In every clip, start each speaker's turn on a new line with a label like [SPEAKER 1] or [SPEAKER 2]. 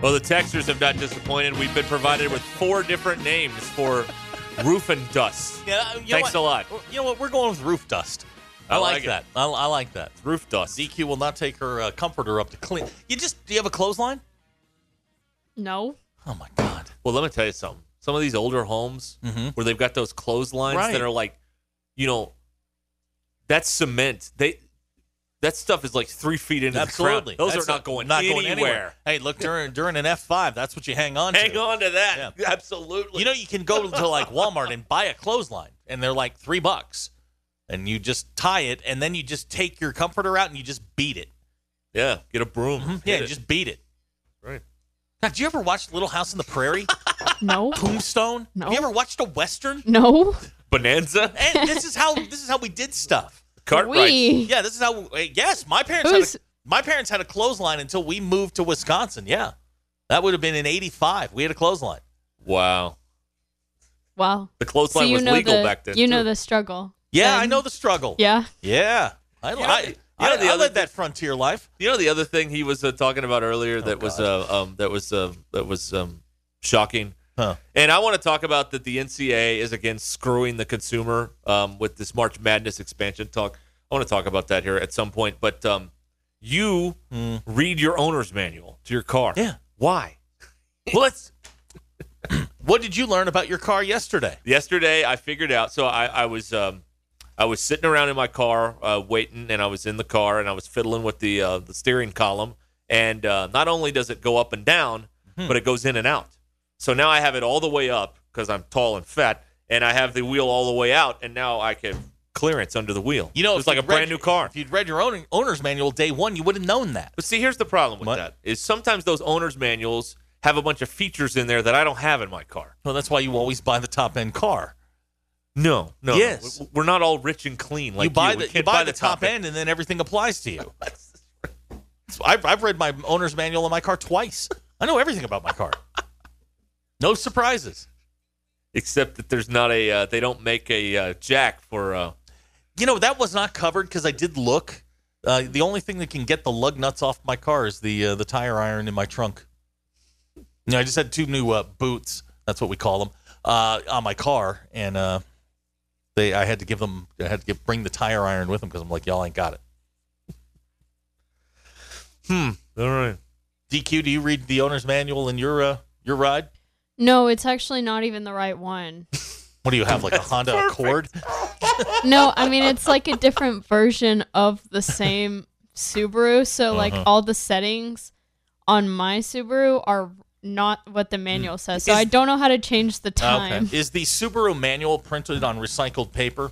[SPEAKER 1] Well, the texters have not disappointed. We've been provided with four different names for roof and dust.
[SPEAKER 2] Yeah, you know
[SPEAKER 1] Thanks a
[SPEAKER 2] what?
[SPEAKER 1] lot.
[SPEAKER 2] You know what? We're going with roof dust. I,
[SPEAKER 1] I
[SPEAKER 2] like,
[SPEAKER 1] like it.
[SPEAKER 2] that. I, I like that.
[SPEAKER 1] Roof dust.
[SPEAKER 2] DQ will not take her uh, comforter up to clean. You just do you have a clothesline?
[SPEAKER 3] No.
[SPEAKER 2] Oh my god.
[SPEAKER 1] Well, let me tell you something. Some of these older homes
[SPEAKER 2] Mhm.
[SPEAKER 1] where they've got those clotheslines
[SPEAKER 2] Right.
[SPEAKER 1] that are like, you know, that's cement. They that stuff is like three feet into
[SPEAKER 2] Absolutely.
[SPEAKER 1] the ground. Those
[SPEAKER 2] That's
[SPEAKER 1] are not
[SPEAKER 2] a-
[SPEAKER 1] going
[SPEAKER 2] not
[SPEAKER 1] anywhere.
[SPEAKER 2] going anywhere. Hey, look during during an F five, that's what you hang on
[SPEAKER 1] Hang
[SPEAKER 2] to.
[SPEAKER 1] on to that. Absolutely.
[SPEAKER 2] You know, you can go to like Walmart and buy a clothesline, and they're like three bucks, and you just tie it, and then you just take your comforter out and you just beat it.
[SPEAKER 1] yeah. Get a broom.
[SPEAKER 2] Mm-hmm. Yeah,
[SPEAKER 1] Hit it.
[SPEAKER 2] just beat it.
[SPEAKER 1] Right.
[SPEAKER 2] Now, do you ever watch Little House on the Prairie?
[SPEAKER 3] No.
[SPEAKER 2] Tombstone?
[SPEAKER 3] No.
[SPEAKER 2] Have you ever watched a western?
[SPEAKER 3] No.
[SPEAKER 1] bonanza.
[SPEAKER 2] And this is how this is how we did stuff.
[SPEAKER 1] Cartwright.
[SPEAKER 3] We.
[SPEAKER 2] Yeah, this is how. uh, Yes, my parents
[SPEAKER 3] Who's-
[SPEAKER 2] had a, my parents had a clothesline until we moved to Wisconsin. Yeah, that would have been in '85. We had a clothesline.
[SPEAKER 1] Wow.
[SPEAKER 3] Wow.
[SPEAKER 1] The clothesline
[SPEAKER 3] you
[SPEAKER 1] was
[SPEAKER 3] know
[SPEAKER 1] legal
[SPEAKER 3] the,
[SPEAKER 1] back then.
[SPEAKER 3] You know
[SPEAKER 1] too.
[SPEAKER 3] the struggle.
[SPEAKER 2] Yeah, I
[SPEAKER 3] Um,
[SPEAKER 2] know the struggle.
[SPEAKER 3] Yeah.
[SPEAKER 2] yeah. I,
[SPEAKER 1] know
[SPEAKER 2] I,
[SPEAKER 1] the- you
[SPEAKER 2] I,
[SPEAKER 1] know the
[SPEAKER 2] I
[SPEAKER 1] other
[SPEAKER 2] led that frontier life.
[SPEAKER 1] You know the other thing he was uh, talking about earlier that was uh, um, that was uh, that was um, shocking.
[SPEAKER 2] Huh.
[SPEAKER 1] And I want to talk about that the NCA is again screwing the consumer um, with this March Madness expansion talk. I want to talk about that here at some point. But um, you read your owner's manual to your car.
[SPEAKER 2] Yeah.
[SPEAKER 1] Why?
[SPEAKER 2] Well, let's. what did you learn about your car yesterday?
[SPEAKER 1] yesterday I figured out. So I, I was um, I was sitting around in my car uh, waiting, and I was in the car and I was fiddling with the uh, the steering column. And uh, not only does it go up and down,
[SPEAKER 2] Hmm.
[SPEAKER 1] but it goes in and out. So now I have it all the way up because I'm tall and fat, and I have the wheel all the way out, and now I can clearance under the wheel.
[SPEAKER 2] You know,
[SPEAKER 1] it's
[SPEAKER 2] if
[SPEAKER 1] like a
[SPEAKER 2] you'd read-
[SPEAKER 1] brand new car.
[SPEAKER 2] If you'd read your own owner's manual day one, you would have known that.
[SPEAKER 1] But see, here's the problem with
[SPEAKER 2] What?
[SPEAKER 1] that is sometimes those owners' manuals have a bunch of features in there that I don't have in my car.
[SPEAKER 2] Well, that's why you always buy the top end car.
[SPEAKER 1] No, no, no.
[SPEAKER 2] Yes.
[SPEAKER 1] We- we're not all rich and clean like
[SPEAKER 2] you buy
[SPEAKER 1] We
[SPEAKER 2] the you
[SPEAKER 1] can't
[SPEAKER 2] buy, the, top,
[SPEAKER 1] end.
[SPEAKER 2] end, and then everything applies to you. So I've, I've read my owner's manual on my car twice. I know everything about my car. No surprises.
[SPEAKER 1] except that there's not a uh, they don't make a uh, jack for uh,
[SPEAKER 2] You know that was not covered because I did look. Uh, the only thing that can get the lug nuts off my car is the uh, the tire iron in my trunk. No, I just had two new uh, boots. That's what we call them uh, on my car, and uh, they I had to give them. I had to give, bring the tire iron with them because I'm like y'all ain't got it. Hmm.
[SPEAKER 1] all right
[SPEAKER 2] DQ, do you read the owner's manual in your uh, your ride?
[SPEAKER 3] No, it's actually not even the right one.
[SPEAKER 2] What do you have, like a Honda Accord?
[SPEAKER 3] No, I mean it's like a different version of the same Subaru. So like all the settings on my Subaru are not what the manual says. So
[SPEAKER 2] Is- Ah,
[SPEAKER 3] I don't know how to change the time.
[SPEAKER 2] Is the Subaru manual printed on recycled paper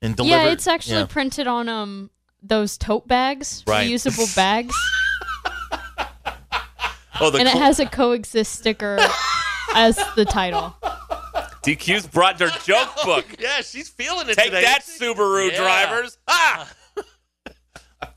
[SPEAKER 2] and delivered?
[SPEAKER 3] Yeah, it's actually
[SPEAKER 2] Yeah.
[SPEAKER 3] printed on um those tote bags,
[SPEAKER 2] Right.
[SPEAKER 3] reusable bags,
[SPEAKER 1] oh the
[SPEAKER 3] and it
[SPEAKER 1] cl-
[SPEAKER 3] has a coexist sticker as the title.
[SPEAKER 1] DQ's brought their joke book
[SPEAKER 2] yeah, she's feeling it
[SPEAKER 1] take
[SPEAKER 2] today.
[SPEAKER 1] that Subaru
[SPEAKER 2] Yeah.
[SPEAKER 1] drivers ah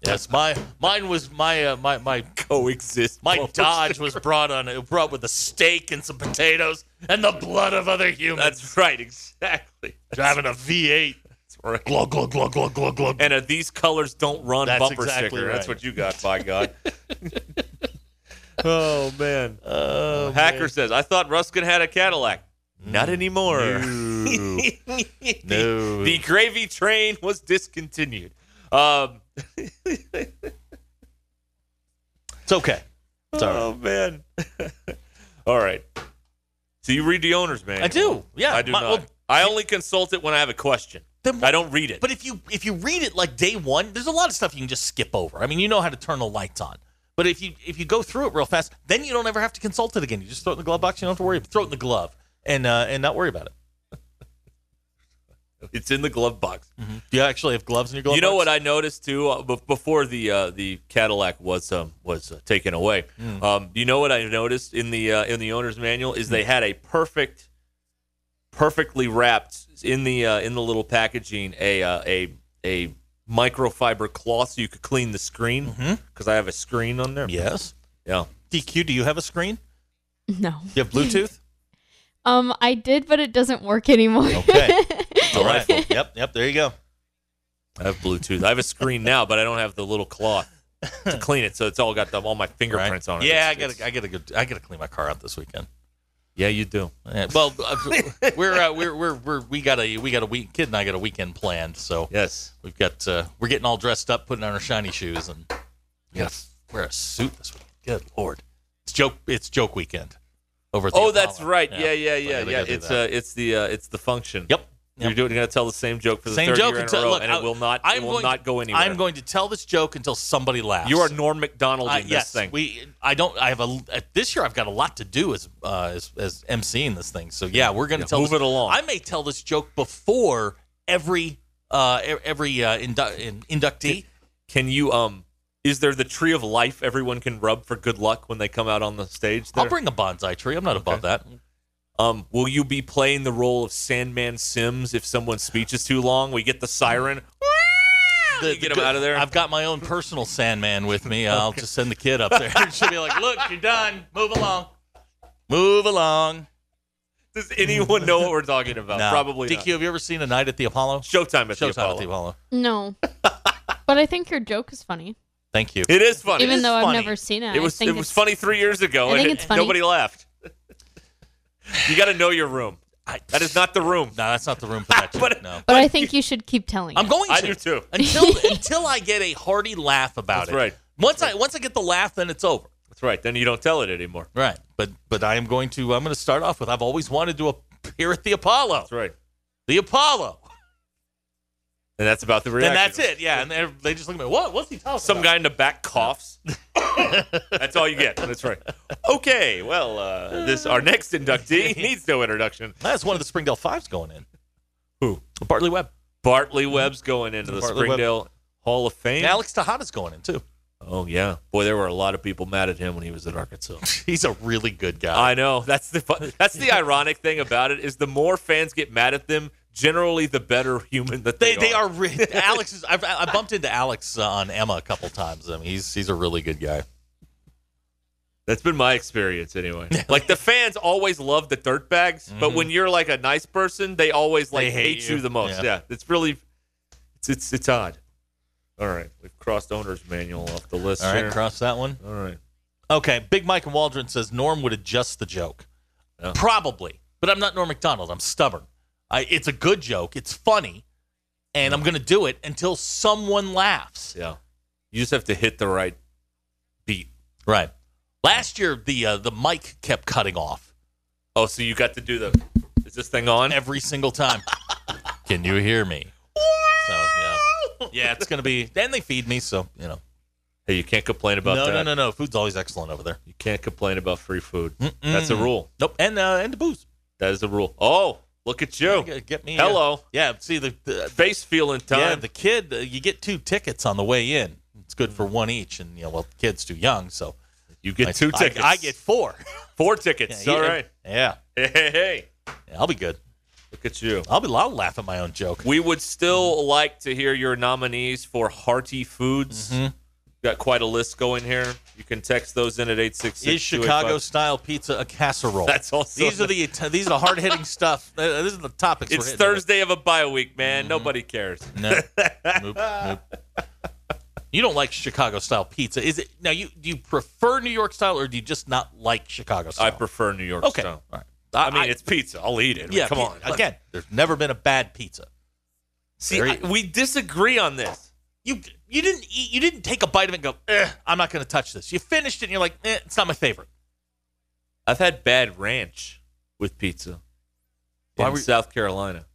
[SPEAKER 2] That's my mine was my uh, my my
[SPEAKER 1] coexist.
[SPEAKER 2] my Dodge was brought on it brought with a steak and some potatoes and the blood of other humans.
[SPEAKER 1] That's right, exactly.
[SPEAKER 2] driving a V8.
[SPEAKER 1] right.
[SPEAKER 2] Glug glug glug glug glug glug.
[SPEAKER 1] And a these colors don't run
[SPEAKER 2] That's
[SPEAKER 1] bumper
[SPEAKER 2] exactly
[SPEAKER 1] sticker. That's
[SPEAKER 2] right.
[SPEAKER 1] what you got, by God. oh man.
[SPEAKER 2] oh,
[SPEAKER 1] Hacker says, I thought Ruskin had a Cadillac.
[SPEAKER 2] Mm.
[SPEAKER 1] Not anymore.
[SPEAKER 2] No.
[SPEAKER 1] The-
[SPEAKER 2] No.
[SPEAKER 1] The gravy train was discontinued. Um,
[SPEAKER 2] it's okay. It's all right.
[SPEAKER 1] oh man. all right. So you read the owners, man.
[SPEAKER 2] I do. Yeah.
[SPEAKER 1] I do
[SPEAKER 2] My-
[SPEAKER 1] not.
[SPEAKER 2] well,
[SPEAKER 1] I only consult it when I have a question.
[SPEAKER 2] Then-
[SPEAKER 1] I don't read it.
[SPEAKER 2] But if you if you read it like day one, there's a lot of stuff you can just skip over. I mean, you know how to turn the lights on. But if you if you go through it real fast, then you don't ever have to consult it again. You just throw it in the glove box. You don't have to worry. Throw it in the glove and uh, and not worry about it.
[SPEAKER 1] it's in the glove box.
[SPEAKER 2] Do you actually have gloves in your Mm-hmm. glove?
[SPEAKER 1] you know
[SPEAKER 2] box?
[SPEAKER 1] what I noticed too uh, bef- before the uh, the Cadillac was um, was uh, taken away.
[SPEAKER 2] Mm.
[SPEAKER 1] Um, you know what I noticed in the uh, in the owner's manual is
[SPEAKER 2] Mm.
[SPEAKER 1] they had a perfect, perfectly wrapped in the uh, in the little packaging a uh, a a microfiber cloth so you could clean the screen
[SPEAKER 2] Mm-hmm.
[SPEAKER 1] because I have a screen on there.
[SPEAKER 2] Yes.
[SPEAKER 1] yeah.
[SPEAKER 2] DQ. Do you have a screen?
[SPEAKER 3] No.
[SPEAKER 2] Do you have Bluetooth?
[SPEAKER 3] Um, I did, but it doesn't work anymore.
[SPEAKER 2] Okay. all right.
[SPEAKER 1] Delightful.
[SPEAKER 2] Yep. Yep. There you go.
[SPEAKER 1] I have Bluetooth. I have a screen now, but I don't have the little cloth to clean it, so it's all got the, all my
[SPEAKER 2] Right.
[SPEAKER 1] fingerprints on it.
[SPEAKER 2] Yeah. I
[SPEAKER 1] It's-
[SPEAKER 2] gotta.
[SPEAKER 1] it's-
[SPEAKER 2] I gotta. Go, I gotta clean my car out this weekend.
[SPEAKER 1] yeah, you do.
[SPEAKER 2] Yeah, well, uh, we're, uh, we're we're we're we got a we got a week. Kid and I got a weekend planned. So
[SPEAKER 1] Yes.
[SPEAKER 2] We've got uh, we're getting all dressed up, putting on our shiny shoes, and yes, wear a suit this week. Good lord, it's joke it's joke weekend over. At the
[SPEAKER 1] Oh, that's
[SPEAKER 2] Apollo.
[SPEAKER 1] right. Yeah, yeah,
[SPEAKER 2] So I
[SPEAKER 1] yeah,
[SPEAKER 2] gotta
[SPEAKER 1] yeah.
[SPEAKER 2] go do
[SPEAKER 1] It's
[SPEAKER 2] that.
[SPEAKER 1] uh, it's the uh, it's the function.
[SPEAKER 2] yep.
[SPEAKER 1] You're
[SPEAKER 2] yep.
[SPEAKER 1] doing. You're gonna tell the same joke for the
[SPEAKER 2] Same
[SPEAKER 1] third
[SPEAKER 2] joke
[SPEAKER 1] year in
[SPEAKER 2] until
[SPEAKER 1] a row,
[SPEAKER 2] look,
[SPEAKER 1] and it
[SPEAKER 2] I-
[SPEAKER 1] will not.
[SPEAKER 2] I'm
[SPEAKER 1] it will
[SPEAKER 2] going-
[SPEAKER 1] not go anywhere.
[SPEAKER 2] I'm going to tell this joke until somebody laughs.
[SPEAKER 1] You are Norm Macdonald in
[SPEAKER 2] I,
[SPEAKER 1] this
[SPEAKER 2] yes,
[SPEAKER 1] thing.
[SPEAKER 2] we. I don't. I have a. uh, This year, I've got a lot to do as uh, as as emceeing this thing. So yeah, we're going to
[SPEAKER 1] Yeah,
[SPEAKER 2] tell
[SPEAKER 1] move
[SPEAKER 2] this-
[SPEAKER 1] it along.
[SPEAKER 2] I may tell this joke before every uh e- every uh, indu- in, inductee.
[SPEAKER 1] can you um? Is there the tree of life everyone can rub for good luck when they come out on the stage? There?
[SPEAKER 2] I'll bring a bonsai tree. I'm not above that.
[SPEAKER 1] um, will you be playing the role of Sandman Sims if someone's speech is too long? We get the siren.
[SPEAKER 2] the-
[SPEAKER 1] You
[SPEAKER 2] the
[SPEAKER 1] get 'em
[SPEAKER 2] good-
[SPEAKER 1] out of there?
[SPEAKER 2] I've got my own personal Sandman with me. I'll just send the kid up there. She'll be like, "Look, you're done. Move along. Move along."
[SPEAKER 1] Does anyone know what we're talking about?
[SPEAKER 2] No.
[SPEAKER 1] Probably
[SPEAKER 2] DQ,
[SPEAKER 1] not.
[SPEAKER 2] have you ever seen a night at the Apollo?
[SPEAKER 1] Showtime at
[SPEAKER 2] Showtime
[SPEAKER 1] the Apollo.
[SPEAKER 2] at the Apollo.
[SPEAKER 3] No. but I think your joke is funny,
[SPEAKER 2] Thank you.
[SPEAKER 1] It is funny.
[SPEAKER 3] even
[SPEAKER 2] is
[SPEAKER 3] though I've
[SPEAKER 2] funny.
[SPEAKER 3] never seen it.
[SPEAKER 1] It was
[SPEAKER 3] I think
[SPEAKER 1] it was
[SPEAKER 3] it's-
[SPEAKER 1] funny three years ago,
[SPEAKER 3] I
[SPEAKER 1] and
[SPEAKER 3] think
[SPEAKER 1] it-
[SPEAKER 3] it's funny.
[SPEAKER 1] nobody laughed. you got to know your room.
[SPEAKER 2] I-
[SPEAKER 1] That is not the room.
[SPEAKER 2] No, that's not the room for that. joke,
[SPEAKER 1] But-
[SPEAKER 2] no.
[SPEAKER 3] But I think you should keep telling.
[SPEAKER 2] I'm
[SPEAKER 3] it.
[SPEAKER 2] going to.
[SPEAKER 1] I do too.
[SPEAKER 2] Until until I get a hearty laugh about
[SPEAKER 1] That's
[SPEAKER 2] it.
[SPEAKER 1] right.
[SPEAKER 2] Once I once I get the laugh, then it's over.
[SPEAKER 1] That's right. Then you don't tell it anymore.
[SPEAKER 2] Right. But but I am going to I'm going to start off with I've always wanted to appear at the Apollo.
[SPEAKER 1] That's right.
[SPEAKER 2] The Apollo.
[SPEAKER 1] And that's about the reaction.
[SPEAKER 2] And that's it. Yeah. And they're- they just look at me. What? What's he talking
[SPEAKER 1] Some
[SPEAKER 2] about?
[SPEAKER 1] guy in the back coughs. that's all you get. That's right. Okay. Well, uh, this our next inductee needs no introduction.
[SPEAKER 2] That's one of the Springdale Fives going in.
[SPEAKER 1] Who?
[SPEAKER 2] Bartley Webb.
[SPEAKER 1] Bartley Webb's going into the
[SPEAKER 2] Bartley Webb.
[SPEAKER 1] Springdale Hall of Fame.
[SPEAKER 2] And Alex Tejada's going in too.
[SPEAKER 1] oh yeah, boy, there were a lot of people mad at him when he was at Arkansas.
[SPEAKER 2] He's a really good guy.
[SPEAKER 1] I know. That's the fu- that's the ironic thing about it is the more fans get mad at them, generally the better human that
[SPEAKER 2] they
[SPEAKER 1] they,
[SPEAKER 2] they are re- Alex is I've I bumped into Alex uh, on Emma a couple times. I mean, he's he's a really good guy.
[SPEAKER 1] That's been my experience anyway. like the fans always love the dirtbags, but when you're like a nice person, they always like
[SPEAKER 2] Mm-hmm. They hate
[SPEAKER 1] hate, you.
[SPEAKER 2] you.
[SPEAKER 1] the most. Yeah.
[SPEAKER 2] Yeah.
[SPEAKER 1] It's really it's it's it's odd. All right. We've crossed owner's manual off the list.
[SPEAKER 2] All right,
[SPEAKER 1] here.
[SPEAKER 2] cross that one.
[SPEAKER 1] All right.
[SPEAKER 2] Okay, Big Mike and Waldron says Norm would adjust the joke.
[SPEAKER 1] Yeah.
[SPEAKER 2] Probably, but I'm not Norm McDonald. I'm stubborn. I, it's a good joke. It's funny, and I'm going to do it until someone laughs.
[SPEAKER 1] Yeah. You just have to hit the right beat.
[SPEAKER 2] Right. Last year, the uh, the mic kept cutting off
[SPEAKER 1] Oh, so you got to do the is this thing on?
[SPEAKER 2] every single time. Can you hear me? So yeah, yeah, it's gonna be. Then they feed me, so you know.
[SPEAKER 1] Hey, you can't complain about
[SPEAKER 2] no,
[SPEAKER 1] that.
[SPEAKER 2] no, no, no. Food's always excellent over there.
[SPEAKER 1] You can't complain about free food. That's a rule.
[SPEAKER 2] Nope, and uh, and the booze.
[SPEAKER 1] That is a rule. Oh, look at you.
[SPEAKER 2] Get get me. uh,
[SPEAKER 1] Hello.
[SPEAKER 2] yeah, see the, the
[SPEAKER 1] Face feeling time.
[SPEAKER 2] yeah the kid. Uh, you get two tickets on the way in. It's good for one each, and you know, well, the kid's too young, so
[SPEAKER 1] you get
[SPEAKER 2] I-
[SPEAKER 1] two
[SPEAKER 2] I-
[SPEAKER 1] tickets.
[SPEAKER 2] I, get four.
[SPEAKER 1] four tickets.
[SPEAKER 2] Yeah,
[SPEAKER 1] All
[SPEAKER 2] yeah,
[SPEAKER 1] right.
[SPEAKER 2] Yeah,
[SPEAKER 1] Hey, hey, hey.
[SPEAKER 2] Yeah, I'll be good.
[SPEAKER 1] Look at you.
[SPEAKER 2] I'll be. I'll laugh at my own joke.
[SPEAKER 1] We would still like to hear your nominees for hearty foods. Got quite a list going here. You can text those in at 866.
[SPEAKER 4] Is Chicago style pizza a casserole?
[SPEAKER 1] That's also
[SPEAKER 4] these are the these are the hard hitting stuff. Uh, This is the topics.
[SPEAKER 1] It's
[SPEAKER 4] we're hitting.
[SPEAKER 1] Thursday of a bye week, man. Nobody cares.
[SPEAKER 2] Mm-hmm.
[SPEAKER 4] No. Nope, nope. You don't like Chicago style pizza, is it? Now you do you prefer New York style or do you just not like Chicago style?
[SPEAKER 1] I prefer New York
[SPEAKER 4] Okay.
[SPEAKER 1] style.
[SPEAKER 4] All right.
[SPEAKER 1] I mean, it's pizza. I'll eat it. I mean,
[SPEAKER 4] yeah.
[SPEAKER 1] come
[SPEAKER 4] pi-
[SPEAKER 1] on. Look,
[SPEAKER 4] Again, there's never been a bad pizza.
[SPEAKER 1] See,
[SPEAKER 4] there
[SPEAKER 1] I-
[SPEAKER 4] you-
[SPEAKER 1] we disagree on this.
[SPEAKER 4] You you didn't eat. You didn't take a bite of it and go. "Eh, I'm not going to touch this. You finished it and you're like, eh, it's not my favorite.
[SPEAKER 1] I've had bad ranch with pizza
[SPEAKER 4] Why
[SPEAKER 1] in
[SPEAKER 4] were-
[SPEAKER 1] South Carolina.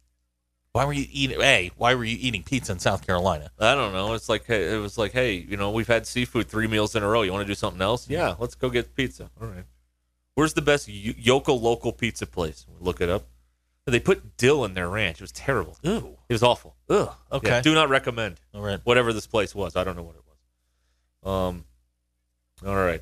[SPEAKER 4] Why were you eating? A. Why were you eating pizza in South Carolina?
[SPEAKER 1] I don't know. It's like hey, it was like, hey, you know, we've had seafood three meals in a row. You want to do something else? Yeah, let's go get pizza. All right. Where's the best y- Yoko local pizza place? We look it up. They put dill in their ranch. It was terrible.
[SPEAKER 4] Ooh.
[SPEAKER 1] It was awful.
[SPEAKER 4] Ugh. Okay.
[SPEAKER 1] Yeah, do not recommend.
[SPEAKER 4] All right.
[SPEAKER 1] Whatever this place was, I don't know what it was. Um. All right.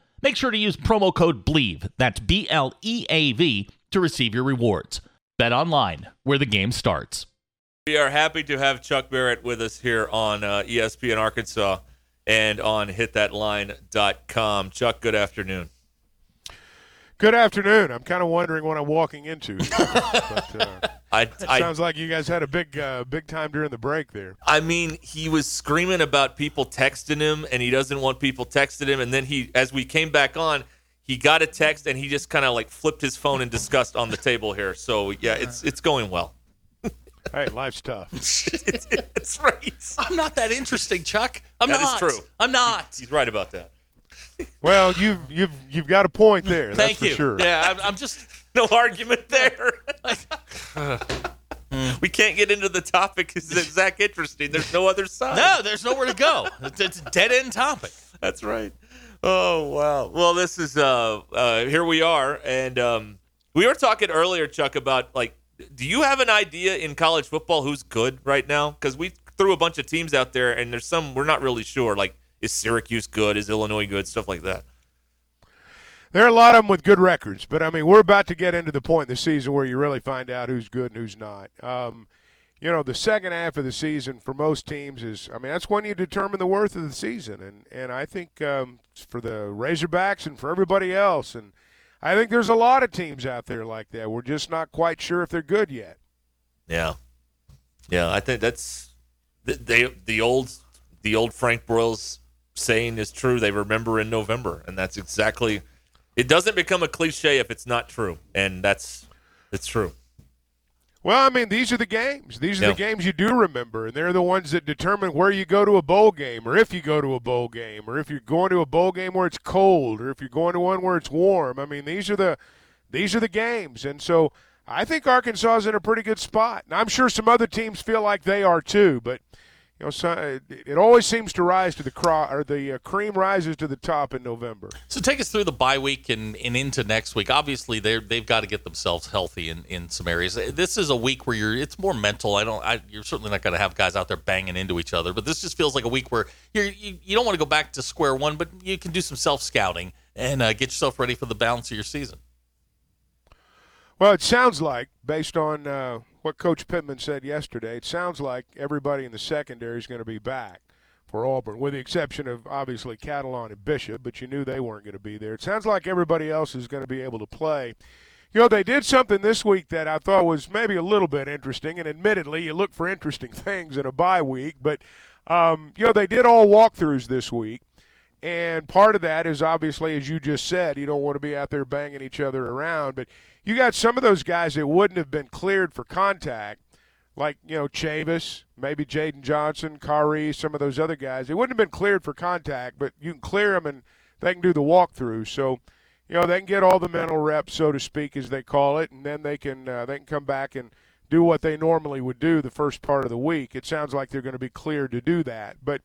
[SPEAKER 2] Make sure to use promo code BLEAV, that's B L E A V, to receive your rewards. Bet online, where the game starts.
[SPEAKER 1] We are happy to have Chuck Barrett with us here on uh, ESPN Arkansas and on hitthatline.com. Chuck, good afternoon.
[SPEAKER 5] Good afternoon. I'm kind of wondering what I'm walking into. but, uh,
[SPEAKER 1] I, I,
[SPEAKER 5] sounds like you guys had a big, uh, big time during the break there.
[SPEAKER 1] I mean, he was screaming about people texting him, and he doesn't want people texting him. And then he, as we came back on, he got a text, and he just kind of like flipped his phone in disgust on the table here. So yeah, it's it's going well.
[SPEAKER 5] Hey, life's tough.
[SPEAKER 1] it's, it's right.
[SPEAKER 4] I'm not that interesting, Chuck. I'm
[SPEAKER 1] That is
[SPEAKER 4] not.
[SPEAKER 1] true.
[SPEAKER 4] I'm not.
[SPEAKER 1] He's right about that.
[SPEAKER 5] Well, you've you've you've got a point there.
[SPEAKER 4] Thank
[SPEAKER 5] that's
[SPEAKER 4] you.
[SPEAKER 5] for sure.
[SPEAKER 4] Yeah, I'm, I'm just.
[SPEAKER 1] No argument there. we can't get into the topic because it's that interesting. There's no other side.
[SPEAKER 4] No, there's nowhere to go. It's, it's a dead end topic.
[SPEAKER 1] That's right. Oh wow. Well, this is uh, uh here we are, and um, we were talking earlier, Chuck, about like, do you have an idea in college football who's good right now? Because we threw a bunch of teams out there, and there's some we're not really sure. Like, is Syracuse good? Is Illinois good? Stuff like that.
[SPEAKER 5] There are a lot of them with good records, but I mean, we're about to get into the point in the season where you really find out who's good and who's not. Um, you know, the second half of the season for most teams is, I mean, that's when you determine the worth of the season. And, and I think um, for the Razorbacks and for everybody else, and I think there's a lot of teams out there like that. We're just not quite sure if they're good yet.
[SPEAKER 1] Yeah, yeah. I think that's th- they the old the old Frank Broyles saying is true. They remember in November, and that's exactly. It doesn't become a cliche if it's not true, and that's it's true.
[SPEAKER 5] Well, I mean, these are the games. These are
[SPEAKER 1] Yeah.
[SPEAKER 5] the games you do remember, and they're the ones that determine where you go to a bowl game, or if you go to a bowl game, or if you're going to a bowl game where it's cold, or if you're going to one where it's warm. I mean, these are the these are the games, and so I think Arkansas is in a pretty good spot, and I'm sure some other teams feel like they are too. But you know, so, it, it always seems to rise to the cro- or the uh, cream rises to the top in November.
[SPEAKER 4] So take us through the bye week and, and into next week. Obviously, they they've got to get themselves healthy in, in some areas. This is a week where you're it's more mental. I don't. I, you're certainly not going to have guys out there banging into each other. But this just feels like a week where you're, you you don't want to go back to square one, but you can do some self scouting and uh, get yourself ready for the balance of your season.
[SPEAKER 5] Well, it sounds like, based on uh, what Coach Pittman said yesterday, it sounds like everybody in the secondary is going to be back for Auburn, with the exception of obviously Catalan and Bishop, but you knew they weren't going to be there. It sounds like everybody else is going to be able to play. You know, they did something this week that I thought was maybe a little bit interesting, and admittedly, you look for interesting things in a bye week, but, um, you know, they did all walkthroughs this week. And part of that is obviously, as you just said, you don't want to be out there banging each other around. But you got some of those guys that wouldn't have been cleared for contact, like, you know, Chavis, maybe Jaden Johnson, Kari, some of those other guys. They wouldn't have been cleared for contact, but you can clear them and they can do the walkthrough. So, you know, they can get all the mental reps, so to speak, as they call it, and then they can uh, they can come back and do what they normally would do the first part of the week. It sounds like they're going to be cleared to do that, but.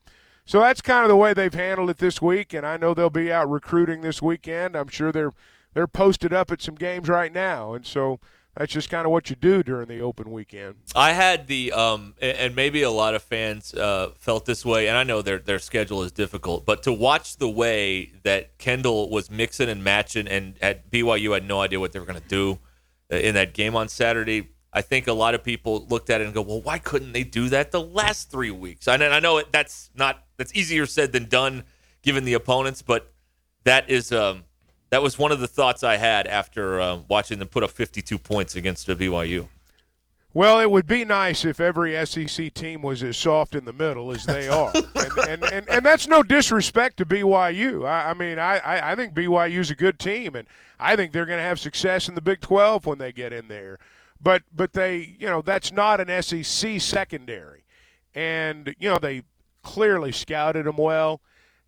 [SPEAKER 5] So that's kind of the way they've handled it this week, and I know they'll be out recruiting this weekend. I'm sure they're they're posted up at some games right now, and so that's just kind of what you do during the open weekend.
[SPEAKER 2] I had the um, a- and maybe a lot of fans uh, felt this way, and I know their their schedule is difficult, but to watch the way that Kendall was mixing and matching, and at BYU had no idea what they were going to do uh, in that game on Saturday. I think a lot of people looked at it and go, "Well, why couldn't they do that the last three weeks?" And I know it, that's not that's easier said than done, given the opponents, but that is um, that was one of the thoughts I had after uh, watching them put up 52 points against the BYU.
[SPEAKER 5] Well, it would be nice if every SEC team was as soft in the middle as they are, and, and, and, and that's no disrespect to BYU. I, I mean, I, I I think BYU's a good team, and I think they're going to have success in the Big 12 when they get in there. But but they, you know, that's not an SEC secondary, and you know they clearly scouted them well.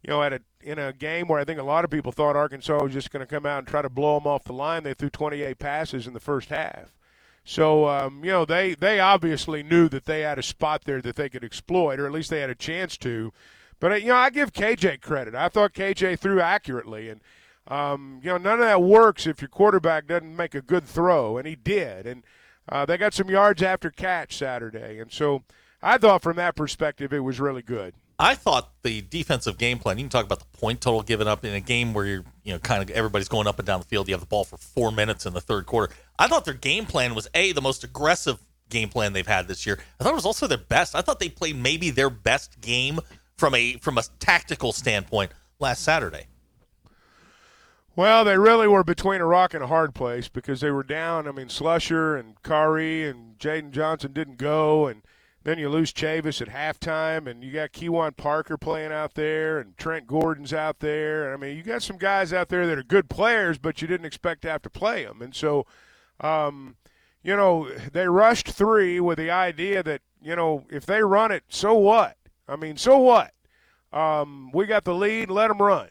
[SPEAKER 5] You know, at a in a game where I think a lot of people thought Arkansas was just going to come out and try to blow them off the line, they threw 28 passes in the first half. So um, you know they they obviously knew that they had a spot there that they could exploit, or at least they had a chance to. But uh, you know I give KJ credit. I thought KJ threw accurately, and um, you know none of that works if your quarterback doesn't make a good throw, and he did. And uh, they got some yards after catch Saturday, and so I thought from that perspective it was really good.
[SPEAKER 1] I thought the defensive game plan. You can talk about the point total given up in a game where you're, you know, kind of everybody's going up and down the field. You have the ball for four minutes in the third quarter. I thought their game plan was a the most aggressive game plan they've had this year. I thought it was also their best. I thought they played maybe their best game from a from a tactical standpoint last Saturday.
[SPEAKER 5] Well, they really were between a rock and a hard place because they were down. I mean, Slusher and Kari and Jaden Johnson didn't go, and then you lose Chavis at halftime, and you got Kewan Parker playing out there, and Trent Gordon's out there. I mean, you got some guys out there that are good players, but you didn't expect to have to play them. And so, um, you know, they rushed three with the idea that, you know, if they run it, so what? I mean, so what? Um, we got the lead, let them run.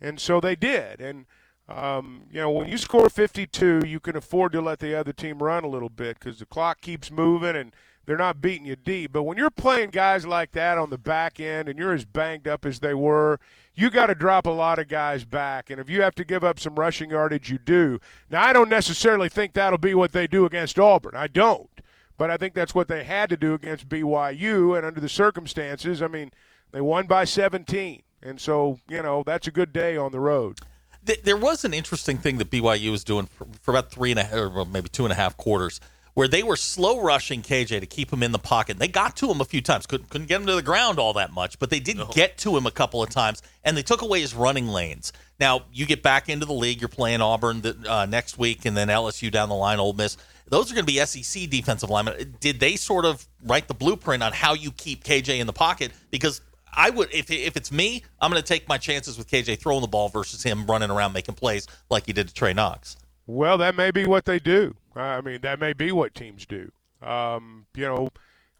[SPEAKER 5] And so they did. And, um, you know, when you score 52, you can afford to let the other team run a little bit because the clock keeps moving and they're not beating you deep. But when you're playing guys like that on the back end and you're as banged up as they were, you got to drop a lot of guys back. And if you have to give up some rushing yardage, you do. Now, I don't necessarily think that'll be what they do against Auburn. I don't. But I think that's what they had to do against BYU. And under the circumstances, I mean, they won by 17. And so, you know, that's a good day on the road.
[SPEAKER 1] th- there was an interesting thing that BYU was doing for, for about three and a half, or well, maybe two and a half quarters, where they were slow rushing KJ to keep him in the pocket. They got to him a few times, couldn't couldn't get him to the ground all that much, but they did get to him a couple of times, and they took away his running lanes. Now you get back into the league. You're playing Auburn the, uh, next week, and then LSU down the line, Ole Miss. Those are going to be SEC defensive linemen. Did they sort of write the blueprint on how you keep KJ in the pocket? Because I would if if it's me, I'm going to take my chances with KJ throwing the ball versus him running around making plays like he did to Trey Knox.
[SPEAKER 5] Well, that may be what they do. I mean, that may be what teams do. Um, you know,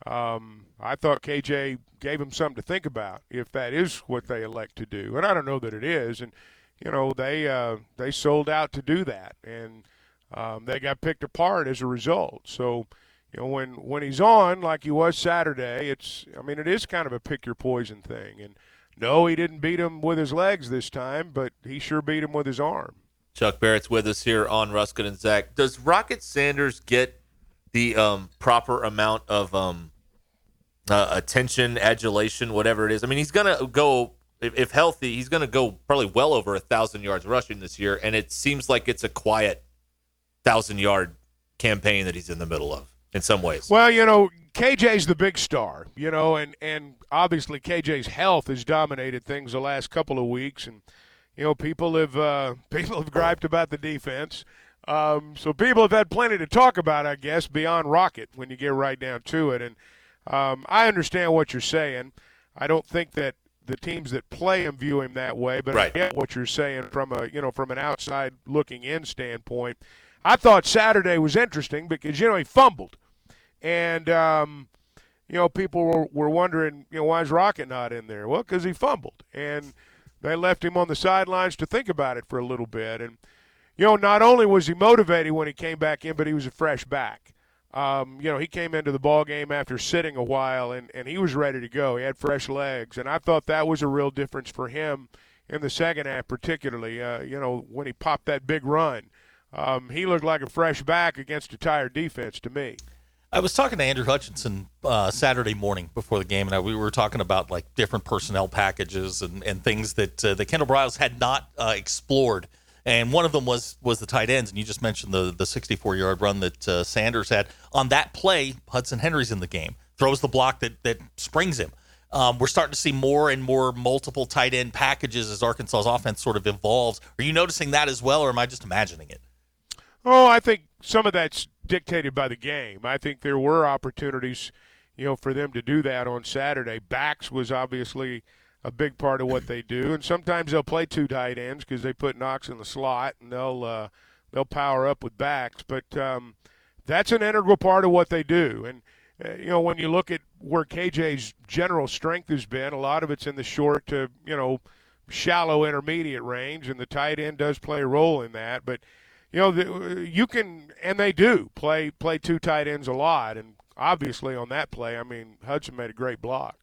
[SPEAKER 5] um, I thought KJ gave him something to think about if that is what they elect to do, and I don't know that it is. And you know, they uh, they sold out to do that, and um, they got picked apart as a result. So, you know, when when he's on like he was Saturday, it's I mean, it is kind of a pick your poison thing. And no, he didn't beat him with his legs this time, but he sure beat him with his arm.
[SPEAKER 2] Chuck Barrett's with us here on Ruskin and Zach. Does Rocket Sanders get the um, proper amount of um, uh, attention, adulation, whatever it is? I mean, he's gonna go if, if healthy. He's gonna go probably well over a thousand yards rushing this year, and it seems like it's a quiet thousand yard campaign that he's in the middle of in some ways.
[SPEAKER 5] Well, you know, KJ's the big star, you know, and and obviously KJ's health has dominated things the last couple of weeks, and you know, people have uh, people have griped about the defense. Um, so people have had plenty to talk about, I guess, beyond Rocket when you get right down to it. And um, I understand what you're saying. I don't think that the teams that play him view him that way, but
[SPEAKER 1] Right.
[SPEAKER 5] I get what you're saying from a you know from an outside looking in standpoint. I thought Saturday was interesting because you know he fumbled, and um, you know people were, were wondering you know why is Rocket not in there? Well, because he fumbled, and they left him on the sidelines to think about it for a little bit, and you know, not only was he motivated when he came back in, but he was a fresh back. Um, you know, he came into the ball game after sitting a while, and, and he was ready to go. He had fresh legs, and I thought that was a real difference for him in the second half, particularly. Uh, you know, when he popped that big run, um, he looked like a fresh back against a tired defense to me.
[SPEAKER 2] I was talking to Andrew Hutchinson uh, Saturday morning before the game, and I, we were talking about like different personnel packages and, and things that uh, the Kendall Bryles had not uh, explored. And one of them was was the tight ends, and you just mentioned the the 64 yard run that uh, Sanders had on that play. Hudson Henry's in the game, throws the block that that springs him. Um, we're starting to see more and more multiple tight end packages as Arkansas's offense sort of evolves. Are you noticing that as well, or am I just imagining it?
[SPEAKER 5] Oh, I think some of that's dictated by the game. I think there were opportunities, you know, for them to do that on Saturday. Backs was obviously a big part of what they do, and sometimes they'll play two tight ends because they put Knox in the slot and they'll uh, they'll power up with backs. But um, that's an integral part of what they do, and uh, you know when you look at where KJ's general strength has been, a lot of it's in the short to you know shallow intermediate range, and the tight end does play a role in that, but you know, the, uh, you can, and they do play play two tight ends a lot, and obviously on that play, I mean, Hudson made a great block.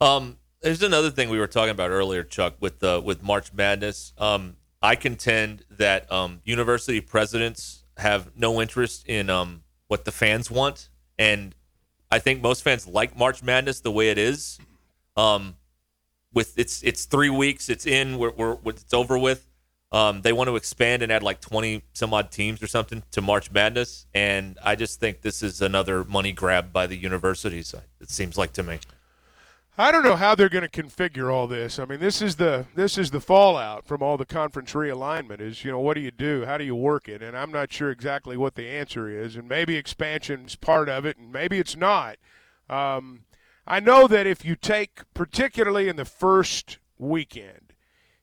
[SPEAKER 1] Um, there's another thing we were talking about earlier, Chuck, with uh, with March Madness. Um, I contend that um, university presidents have no interest in um, what the fans want, and I think most fans like March Madness the way it is. Um, with it's it's three weeks, it's in, we're, we're it's over with. Um, they want to expand and add like 20 some odd teams or something to March Madness, and I just think this is another money grab by the universities. It seems like to me.
[SPEAKER 5] I don't know how they're going to configure all this. I mean, this is the this is the fallout from all the conference realignment. Is you know what do you do? How do you work it? And I'm not sure exactly what the answer is. And maybe expansion's part of it, and maybe it's not. Um, I know that if you take, particularly in the first weekend,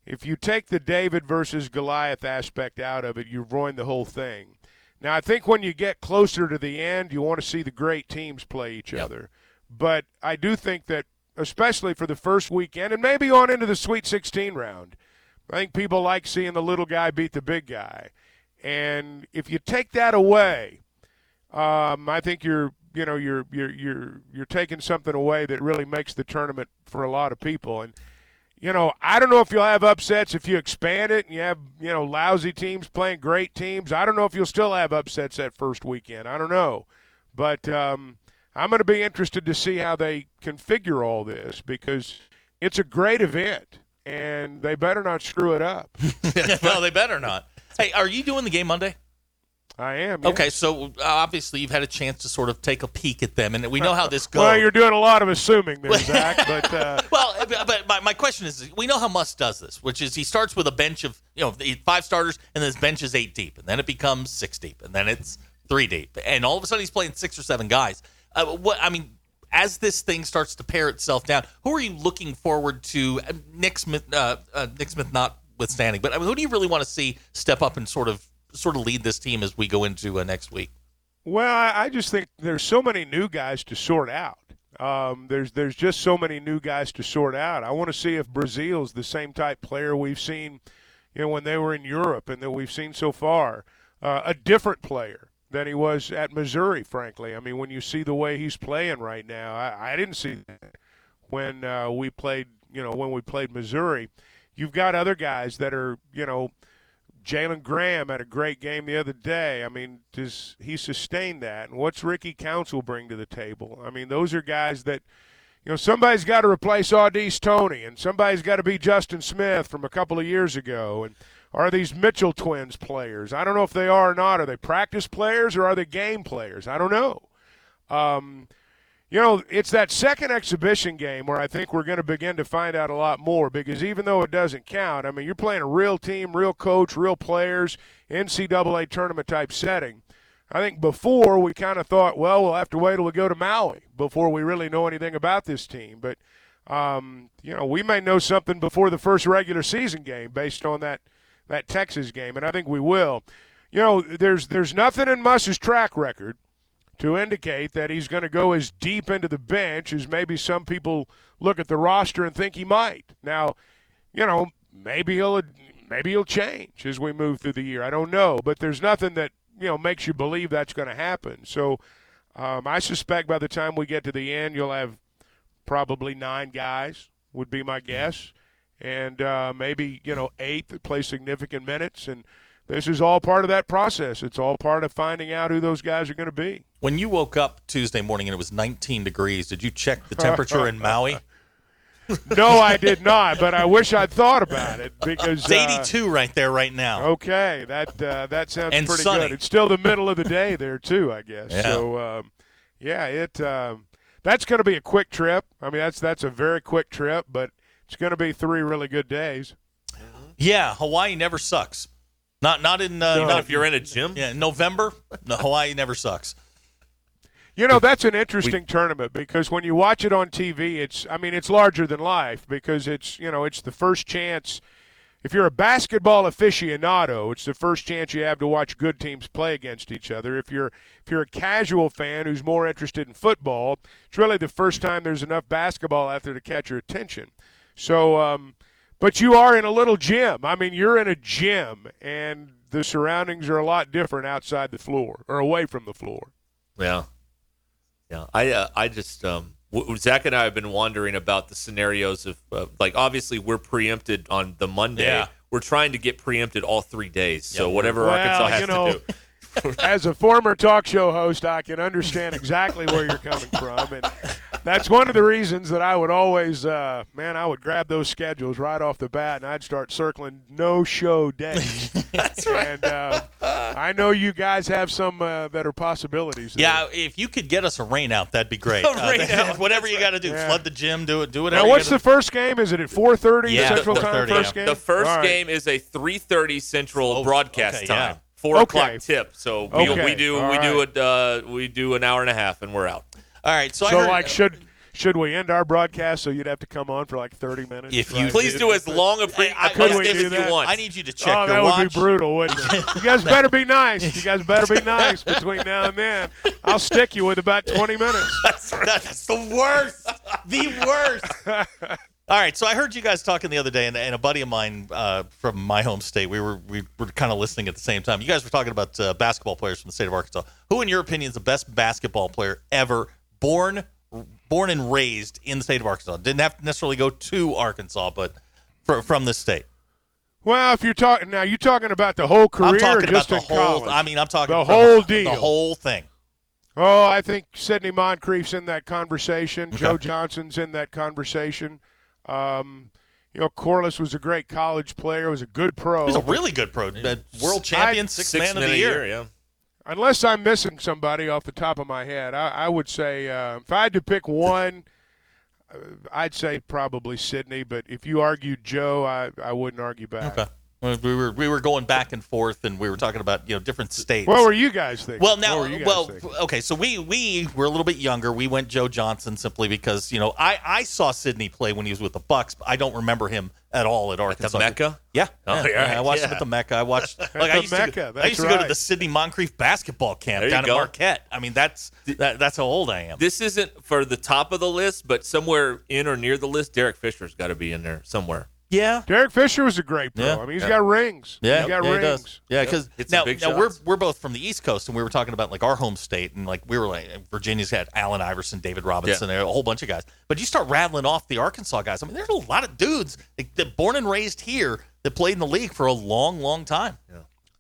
[SPEAKER 5] if you take the David versus Goliath aspect out of it, you've ruined the whole thing. Now, I think when you get closer to the end, you want to see the great teams play each other. But I do think that, especially for the first weekend and maybe on into the Sweet 16 round, I think people like seeing the little guy beat the big guy. And if you take that away, um, I think you're you know you're you're you're you're taking something away that really makes the tournament for a lot of people. And you know I don't know if you'll have upsets if you expand it and you have you know lousy teams playing great teams. I don't know if you'll still have upsets that first weekend. I don't know, but um, I'm going to be interested to see how they configure all this because it's a great event and they better not screw it up.
[SPEAKER 2] no, they better not. Hey, are you doing the game Monday?
[SPEAKER 5] I am. yeah.
[SPEAKER 2] Okay, so uh, obviously you've had a chance to sort of take a peek at them, and we know how this goes.
[SPEAKER 5] Well, you're doing a lot of assuming there, Zach, but. Uh,
[SPEAKER 2] Well, but- but my, my question is, we know how Musk does this, which is he starts with a bench of you know five starters, and this bench is eight deep, and then it becomes six deep, and then it's three deep, and all of a sudden he's playing six or seven guys. Uh, what I mean, as this thing starts to pare itself down, who are you looking forward to? Uh, Nick Smith, uh, uh, Nick Smith, notwithstanding, but I mean, who do you really want to see step up and sort of sort of lead this team as we go into uh, next week?
[SPEAKER 5] Well, I I just think there's so many new guys to sort out. Um, there's there's just so many new guys to sort out. I want to see if Brazil's the same type player we've seen, you know, when they were in Europe and that we've seen so far. Uh, a different player than he was at Missouri, frankly. I mean, when you see the way he's playing right now, I, I didn't see that when uh, we played, you know, when we played Missouri. You've got other guys that are, you know, Jalen Graham had a great game the other day. I mean, does he sustain that? And what's Ricky Council bring to the table? I mean, those are guys that, you know, somebody's got to replace Audis Tony, and somebody's got to be Justin Smith from a couple of years ago. And are these Mitchell twins players? I don't know if they are or not. Are they practice players or are they game players? I don't know. Um, You know, it's that second exhibition game where I think we're going to begin to find out a lot more because even though it doesn't count, I mean, you're playing a real team, real coach, real players, NCAA tournament type setting. I think before we kind of thought, well, we'll have to wait till we go to Maui before we really know anything about this team. But, um, you know, we may know something before the first regular season game based on that, that Texas game, and I think we will. You know, there's, there's nothing in Muss's track record to indicate that he's going to go as deep into the bench as maybe some people look at the roster and think he might. Now, you know, maybe he'll maybe he'll change as we move through the year. I don't know, but there's nothing that you know makes you believe that's going to happen. So, um, I suspect by the time we get to the end, you'll have probably nine guys would be my guess, and uh, maybe you know eight that play significant minutes and. This is all part of that process. It's all part of finding out who those guys are going to be.
[SPEAKER 1] When you woke up Tuesday morning and it was 19 degrees, did you check the temperature in Maui?
[SPEAKER 5] No, I did not, but I wish I'd thought about it because
[SPEAKER 1] It's 82 right there right
[SPEAKER 5] uh,
[SPEAKER 1] now.
[SPEAKER 5] okay, that uh, that sounds
[SPEAKER 1] And
[SPEAKER 5] pretty
[SPEAKER 1] sunny.
[SPEAKER 5] good. It's still the middle of the day there too, I guess.
[SPEAKER 1] Yeah.
[SPEAKER 5] So um, yeah, it um, that's going to be a quick trip. I mean, that's that's a very quick trip, but it's going to be three really good days.
[SPEAKER 1] Yeah, Hawaii never sucks. Not not in uh,
[SPEAKER 2] Not
[SPEAKER 1] not
[SPEAKER 2] if you're in a gym.
[SPEAKER 1] yeah November. No, Hawaii never sucks.
[SPEAKER 5] You know, that's an interesting tournament because when you watch it on TV, it's I mean, it's larger than life because it's, you know, it's the first chance if you're a basketball aficionado, it's the first chance you have to watch good teams play against each other. If you're if you're a casual fan who's more interested in football, it's really the first time there's enough basketball out there to catch your attention. So, um, but you are in a little gym. I mean, you're in a gym, and the surroundings are a lot different outside the floor or away from the floor.
[SPEAKER 2] Yeah, yeah. I uh, I just um, w- w- Zach and I have been wondering about the scenarios of uh, like obviously we're preempted on the Monday.
[SPEAKER 1] Yeah.
[SPEAKER 2] We're trying to get preempted all three days. So whatever
[SPEAKER 5] Well,
[SPEAKER 2] Arkansas
[SPEAKER 5] you
[SPEAKER 2] has
[SPEAKER 5] know,
[SPEAKER 2] to do.
[SPEAKER 5] As a former talk show host, I can understand exactly where you're coming from, and that's one of the reasons that I would always, uh, man, I would grab those schedules right off the bat, and I'd start circling no show days. that's right. And uh, I know you guys have some uh, that are possibilities. there.
[SPEAKER 1] Yeah, if you could get us a rain out, that'd be great. Uh,
[SPEAKER 2] rain out,
[SPEAKER 1] whatever you got to do,
[SPEAKER 5] Yeah.
[SPEAKER 1] flood the gym, do it, do it.
[SPEAKER 5] Now, what's the first game? Is it at 4:30
[SPEAKER 1] Yeah,
[SPEAKER 5] Central
[SPEAKER 1] the- the
[SPEAKER 5] Time?
[SPEAKER 1] 30,
[SPEAKER 5] First game.
[SPEAKER 1] yeah.
[SPEAKER 2] The first
[SPEAKER 5] All right.
[SPEAKER 2] game is a 3:30 Central
[SPEAKER 1] Oh,
[SPEAKER 2] broadcast
[SPEAKER 1] okay,
[SPEAKER 2] time,
[SPEAKER 1] yeah.
[SPEAKER 2] four
[SPEAKER 5] Okay.
[SPEAKER 2] o'clock tip. So we,
[SPEAKER 5] Okay,
[SPEAKER 2] we do
[SPEAKER 5] all
[SPEAKER 2] we do it uh, we do an hour and a half and we're out.
[SPEAKER 1] All right, so,
[SPEAKER 5] So,
[SPEAKER 1] I heard,
[SPEAKER 5] like, should should we end our broadcast so you'd have to come on for like 30 minutes?
[SPEAKER 1] If you-
[SPEAKER 2] Please do as long a pre
[SPEAKER 1] I- I-
[SPEAKER 2] a
[SPEAKER 5] could we
[SPEAKER 2] post-game
[SPEAKER 5] do
[SPEAKER 2] as
[SPEAKER 5] that?
[SPEAKER 2] you want.
[SPEAKER 1] I need you to check
[SPEAKER 5] oh,
[SPEAKER 1] your
[SPEAKER 5] that would
[SPEAKER 1] watch.
[SPEAKER 5] be brutal, wouldn't it? You guys better be nice. You guys better be nice between now and then. I'll stick you with about 20 minutes.
[SPEAKER 1] That's the worst. The worst. All right, so I heard you guys talking the other day, and, and a buddy of mine uh, from my home state. We were we were kind of listening at the same time. You guys were talking about uh, basketball players from the state of Arkansas. Who, in your opinion, is the best basketball player ever born born and raised in the state of Arkansas? Didn't have to necessarily go to Arkansas, but fr- from this state.
[SPEAKER 5] Well, if you're talking now, you're talking about the whole career,
[SPEAKER 1] I'm talking
[SPEAKER 5] or
[SPEAKER 1] about
[SPEAKER 5] just
[SPEAKER 1] the
[SPEAKER 5] in
[SPEAKER 1] whole.
[SPEAKER 5] college?
[SPEAKER 1] I mean, I'm talking
[SPEAKER 5] The
[SPEAKER 1] from-
[SPEAKER 5] whole deal.
[SPEAKER 1] the whole thing.
[SPEAKER 5] Oh, I think Sidney Moncrief's in that conversation. Joe Johnson's in that conversation. Um, you know, Corliss was a great college player. Was a good pro.
[SPEAKER 1] He was a really good pro, uh, world champion, sixth, man of the year.
[SPEAKER 2] yeah.
[SPEAKER 5] Unless I'm missing somebody off the top of my head, I, I would say uh, if I had to pick one, uh, I'd say probably Sydney. But if you argued Joe, I, I wouldn't argue back.
[SPEAKER 1] Okay. Well, We were we were going back and forth, and we were talking about you know different states.
[SPEAKER 5] What were you guys thinking?
[SPEAKER 1] well
[SPEAKER 5] What
[SPEAKER 1] now
[SPEAKER 5] were you guys
[SPEAKER 1] well
[SPEAKER 5] thinking?
[SPEAKER 1] okay, so we we were a little bit younger. We went Joe Johnson simply because you know I I saw Sidney play when he was with the Bucks. But I don't remember him at all at
[SPEAKER 2] At the
[SPEAKER 1] Arkansas.
[SPEAKER 2] Mecca.
[SPEAKER 1] Yeah,
[SPEAKER 2] Oh,
[SPEAKER 1] yeah,
[SPEAKER 2] all
[SPEAKER 1] yeah, I
[SPEAKER 2] right,
[SPEAKER 1] watched him
[SPEAKER 2] yeah.
[SPEAKER 1] at the Mecca. I watched like I
[SPEAKER 5] the
[SPEAKER 1] used to,
[SPEAKER 5] Mecca,
[SPEAKER 1] go, I
[SPEAKER 5] that's
[SPEAKER 1] used to go to
[SPEAKER 5] right.
[SPEAKER 1] the Sidney Moncrief basketball camp
[SPEAKER 2] There you
[SPEAKER 1] down at
[SPEAKER 2] go.
[SPEAKER 1] Marquette. I mean that's that, that's how old I am.
[SPEAKER 2] This isn't for the top of the list, but somewhere in or near the list, Derek Fisher's got to be in there somewhere.
[SPEAKER 1] yeah,
[SPEAKER 5] Derek Fisher was a great pro.
[SPEAKER 1] Yeah.
[SPEAKER 5] I mean, he's
[SPEAKER 2] Yeah.
[SPEAKER 5] got rings.
[SPEAKER 1] Yeah,
[SPEAKER 5] he's got
[SPEAKER 1] yeah, he
[SPEAKER 5] rings.
[SPEAKER 1] does. Yeah, because
[SPEAKER 2] Hit some
[SPEAKER 1] now,
[SPEAKER 2] big
[SPEAKER 1] now we're
[SPEAKER 2] shots.
[SPEAKER 1] we're both from the East Coast, and we were talking about like our home state, and like we were like Virginia's got Allen Iverson, David Robinson, a whole bunch of guys. But you start rattling off the Arkansas guys. I mean, there's a lot of dudes that, that born and raised here that played in the league for a long, long time.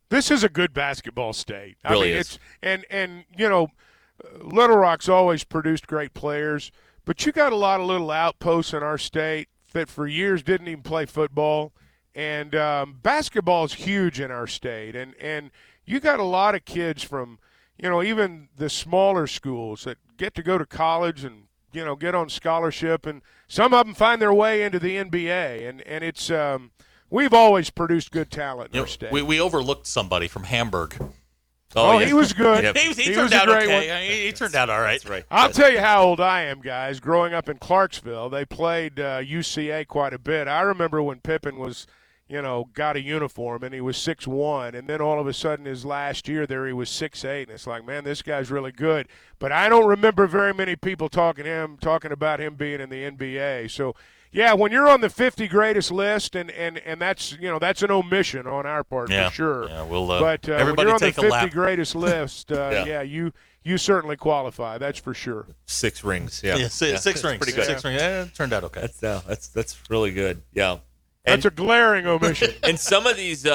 [SPEAKER 5] This is a good basketball state. I
[SPEAKER 2] Really
[SPEAKER 5] mean,
[SPEAKER 2] is.
[SPEAKER 5] it's and and you know, Little Rock's always produced great players, but you got a lot of little outposts in our state that for years didn't even play football, and um, basketball is huge in our state, and and you got a lot of kids from you know even the smaller schools that get to go to college and you know get on scholarship, and some of them find their way into the NBA, and and it's um, we've always produced good talent in
[SPEAKER 1] You know,
[SPEAKER 5] our state.
[SPEAKER 1] we, we overlooked somebody from Hamburg.
[SPEAKER 5] oh,
[SPEAKER 1] yeah.
[SPEAKER 5] he was good.
[SPEAKER 1] Yeah, he, was- he
[SPEAKER 5] He
[SPEAKER 1] turned
[SPEAKER 5] was a
[SPEAKER 1] out
[SPEAKER 5] great
[SPEAKER 1] okay.
[SPEAKER 5] one.
[SPEAKER 1] I mean, he, turned out all right. right.
[SPEAKER 5] I'll tell you how old I am, guys. Growing up in Clarksville, they played uh, UCA quite a bit. I remember when Pippen was, you know, got a uniform and he was six one, and then all of a sudden his last year there he was six eight, and it's like, man, this guy's really good. But I don't remember very many people talking him talking about him being in the NBA. So. Yeah, when you're on the 50 greatest list, and, and, and that's you know that's an omission on our part
[SPEAKER 1] Yeah.
[SPEAKER 5] for sure.
[SPEAKER 1] Yeah, we'll, uh,
[SPEAKER 5] but uh, when
[SPEAKER 1] everybody
[SPEAKER 5] you're on
[SPEAKER 1] take a
[SPEAKER 5] the 50
[SPEAKER 1] lap.
[SPEAKER 5] greatest list, uh,
[SPEAKER 2] Yeah.
[SPEAKER 5] yeah, you you certainly qualify. That's for sure.
[SPEAKER 2] Six rings. Yeah.
[SPEAKER 1] Yeah, si-
[SPEAKER 2] Yeah.
[SPEAKER 1] six, rings.
[SPEAKER 2] Pretty good.
[SPEAKER 1] Six rings. Eh, it turned out okay.
[SPEAKER 2] That's uh, that's that's really good. Yeah.
[SPEAKER 5] That's a glaring omission.
[SPEAKER 2] and some of these, uh,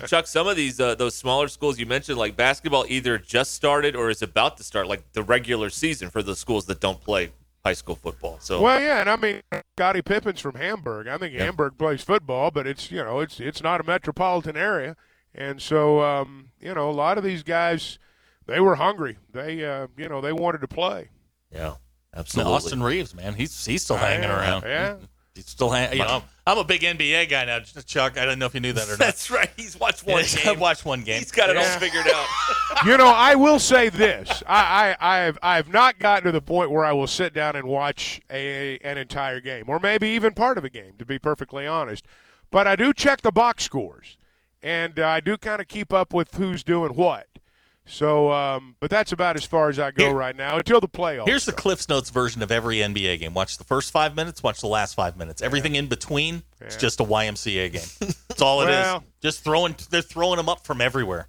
[SPEAKER 2] uh, Chuck, some of these uh, those smaller schools you mentioned, like basketball, either just started or is about to start, like the regular season for the schools that don't play high school football. So
[SPEAKER 5] well, yeah, and I mean, Scotty Pippen's from Hamburg. I think Hamburg plays football, but it's you know it's it's not a metropolitan area, and so um, you know a lot of these guys, they were hungry. They uh, you know they wanted to play.
[SPEAKER 2] yeah,
[SPEAKER 1] Now,
[SPEAKER 2] absolutely.
[SPEAKER 1] Austin Reeves, man, he's he's still hanging
[SPEAKER 5] Oh, Yeah,
[SPEAKER 1] around.
[SPEAKER 5] Yeah.
[SPEAKER 1] He's still hanging. You know, I'm, I'm a big NBA guy now, Chuck. I don't know if you knew that or not.
[SPEAKER 2] That's right. He's watched one
[SPEAKER 1] I
[SPEAKER 2] game.
[SPEAKER 1] watched one game.
[SPEAKER 2] He's got it all
[SPEAKER 5] Yeah.
[SPEAKER 2] figured out.
[SPEAKER 5] you know, I will say this: I, I, I've, I've not gotten to the point where I will sit down and watch a an entire game, or maybe even part of a game, to be perfectly honest. But I do check the box scores, and uh, I do kind of keep up with who's doing what. So, um, but that's about as far as I go
[SPEAKER 1] Here-
[SPEAKER 5] right now until the playoffs.
[SPEAKER 1] Here's the
[SPEAKER 5] start.
[SPEAKER 1] Cliff's Notes version of every NBA game. Watch the first five minutes, watch the last five minutes. Everything in between, it's just a YMCA game. That's all it is.
[SPEAKER 5] Well-
[SPEAKER 1] Just throwing, they're throwing them up from everywhere.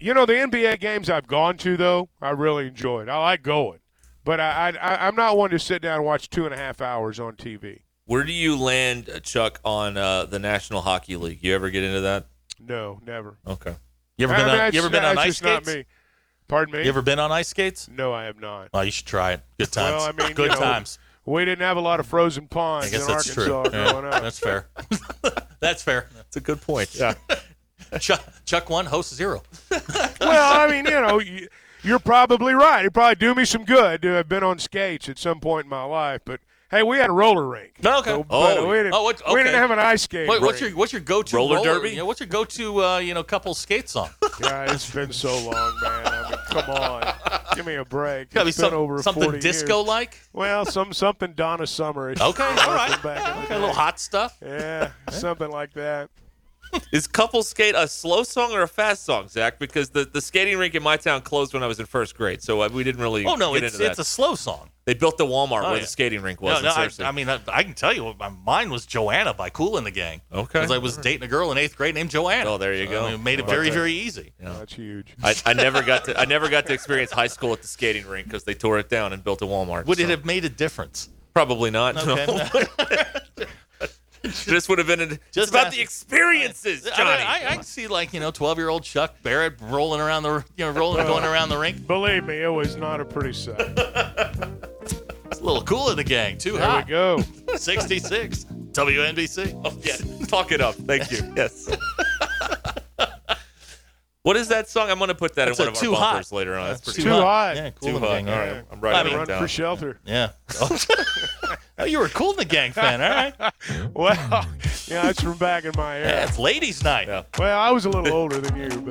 [SPEAKER 5] You know, the NBA games I've gone to though, I really enjoyed. I like going, but I, I I'm not one to sit down and watch two and a half hours on TV.
[SPEAKER 2] Where do you land, uh, Chuck, on uh, the National Hockey League? You ever get into that?
[SPEAKER 5] No, never.
[SPEAKER 2] Okay.
[SPEAKER 1] You ever been
[SPEAKER 5] I mean,
[SPEAKER 1] on,
[SPEAKER 5] that's-
[SPEAKER 1] you ever been on
[SPEAKER 5] that's
[SPEAKER 1] ice
[SPEAKER 5] just not
[SPEAKER 1] skates?
[SPEAKER 5] me. Pardon me.
[SPEAKER 1] You ever been on ice skates?
[SPEAKER 5] No, I have not.
[SPEAKER 1] Oh, you should try it. Good times.
[SPEAKER 5] Well, I mean,
[SPEAKER 1] Good
[SPEAKER 5] you know,
[SPEAKER 1] times.
[SPEAKER 5] We didn't have a lot of frozen ponds
[SPEAKER 1] I guess
[SPEAKER 5] in
[SPEAKER 1] that's
[SPEAKER 5] Arkansas
[SPEAKER 1] true. Yeah,
[SPEAKER 5] growing up.
[SPEAKER 1] that's fair. that's fair.
[SPEAKER 2] That's a good point. Yeah.
[SPEAKER 1] Chuck, Chuck one, host zero.
[SPEAKER 5] well, I mean, you know, you, you're probably right. It probably do me some good to have been on skates at some point in my life. But hey, we had a roller rink.
[SPEAKER 1] No, okay.
[SPEAKER 5] So, but
[SPEAKER 1] Oh,
[SPEAKER 5] we didn't,
[SPEAKER 1] oh, what-
[SPEAKER 5] we
[SPEAKER 1] okay.
[SPEAKER 5] didn't have an ice skate.
[SPEAKER 1] Wait, what's your
[SPEAKER 5] rink.
[SPEAKER 1] what's your go to
[SPEAKER 2] Roller derby?
[SPEAKER 1] Yeah, what's your go to uh, you know couple skate song?
[SPEAKER 5] God, it's been so long, man. I mean, come on, give me a break.
[SPEAKER 1] Gotta be
[SPEAKER 5] It's been
[SPEAKER 1] some-
[SPEAKER 5] over
[SPEAKER 1] something
[SPEAKER 5] 40 years.
[SPEAKER 1] disco like.
[SPEAKER 5] Well, some something Donna Summerish.
[SPEAKER 1] Okay, all right.
[SPEAKER 5] Back in the
[SPEAKER 1] Okay, a little
[SPEAKER 5] day.
[SPEAKER 1] hot stuff.
[SPEAKER 5] Yeah, something like that.
[SPEAKER 2] Is couple skate a slow song or a fast song, Zach? Because the, the skating rink in my town closed when I was in first grade, so uh, we didn't really.
[SPEAKER 1] Oh no,
[SPEAKER 2] get
[SPEAKER 1] it's
[SPEAKER 2] into that.
[SPEAKER 1] it's a slow song.
[SPEAKER 2] They built the Walmart
[SPEAKER 1] Oh,
[SPEAKER 2] where
[SPEAKER 1] yeah.
[SPEAKER 2] the skating rink was.
[SPEAKER 1] No,
[SPEAKER 2] in
[SPEAKER 1] no, I,
[SPEAKER 2] Searcy.
[SPEAKER 1] I mean I, I can tell you, my, mine was Joanna by Cool and the Gang.
[SPEAKER 2] Okay.
[SPEAKER 1] because I was dating a girl in eighth grade named Joanna.
[SPEAKER 2] Oh, there you
[SPEAKER 1] So,
[SPEAKER 2] go.
[SPEAKER 1] I mean, it made it
[SPEAKER 2] How about
[SPEAKER 1] very
[SPEAKER 2] that?
[SPEAKER 1] very easy.
[SPEAKER 5] That's huge.
[SPEAKER 2] I, I never got to I never got to experience high school at the skating rink because they tore it down and built a Walmart.
[SPEAKER 1] Would it
[SPEAKER 2] so-
[SPEAKER 1] have made a difference?
[SPEAKER 2] probably not? No.
[SPEAKER 1] Okay.
[SPEAKER 2] this would have been a,
[SPEAKER 1] Just
[SPEAKER 2] just about
[SPEAKER 1] ask-
[SPEAKER 2] the experiences, Johnny.
[SPEAKER 1] I, mean, I, I can see like you know twelve year old Chuck Barrett rolling around the you know rolling going around the rink.
[SPEAKER 5] Believe me, it was not a pretty sight.
[SPEAKER 1] It's a little cool in the gang too.
[SPEAKER 5] There we
[SPEAKER 1] hot.
[SPEAKER 5] go.
[SPEAKER 1] Sixty six WNBC.
[SPEAKER 2] Oh, yeah, talk it up. Thank you. Yes. what is that song? I'm going to put that
[SPEAKER 1] That's
[SPEAKER 2] in
[SPEAKER 1] a
[SPEAKER 2] one of
[SPEAKER 1] too
[SPEAKER 2] our
[SPEAKER 1] hot.
[SPEAKER 2] bumpers later on. That's pretty
[SPEAKER 5] Too hot.
[SPEAKER 1] Yeah, cool
[SPEAKER 2] Too
[SPEAKER 1] in the
[SPEAKER 2] hot.
[SPEAKER 1] gang.
[SPEAKER 2] All
[SPEAKER 1] yeah.
[SPEAKER 2] right, I'm writing
[SPEAKER 1] I
[SPEAKER 2] it
[SPEAKER 1] mean-
[SPEAKER 5] Run
[SPEAKER 2] down.
[SPEAKER 5] for shelter.
[SPEAKER 1] Yeah. oh, you were a cool in the gang fan. All right.
[SPEAKER 5] Well, yeah, it's from back in my era.
[SPEAKER 1] Yeah, it's ladies' night.
[SPEAKER 2] Yeah.
[SPEAKER 5] Well, I was a little older than you. But.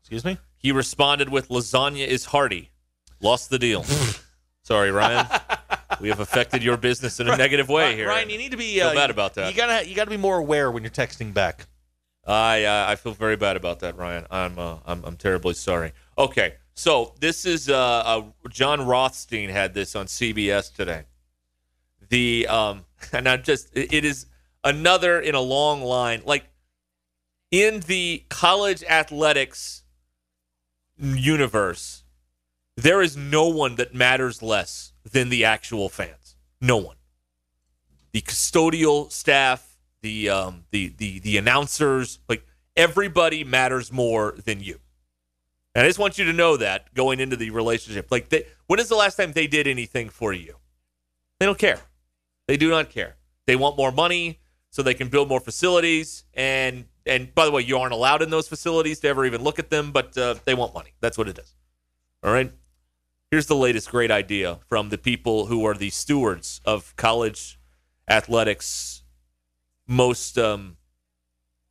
[SPEAKER 1] Excuse me?
[SPEAKER 2] He responded with lasagna is hearty. Lost the deal. Sorry, Ryan. we have affected your business in a negative way
[SPEAKER 1] Ryan,
[SPEAKER 2] here.
[SPEAKER 1] Ryan, you need to be
[SPEAKER 2] Feel
[SPEAKER 1] uh,
[SPEAKER 2] bad about that.
[SPEAKER 1] You gotta you gotta be more aware when you're texting back.
[SPEAKER 2] I uh, I I feel very bad about that, Ryan. I'm uh, I'm, I'm terribly sorry. Okay, so this is uh, uh John Rothstein had this on CBS today. The um and I'm just it it is another in a long line like in the college athletics universe there is no one that matters less than the actual fans. No one. The custodial staff, the um, the the the announcers, like everybody matters more than you. And I just want you to know that going into the relationship, like they, when is the last time they did anything for you? They don't care. They do not care. They want more money so they can build more facilities. And and by the way, you aren't allowed in those facilities to ever even look at them, but uh, they want money. That's what it is. All right. Here's the latest great idea from the people who are the stewards of college athletics most um,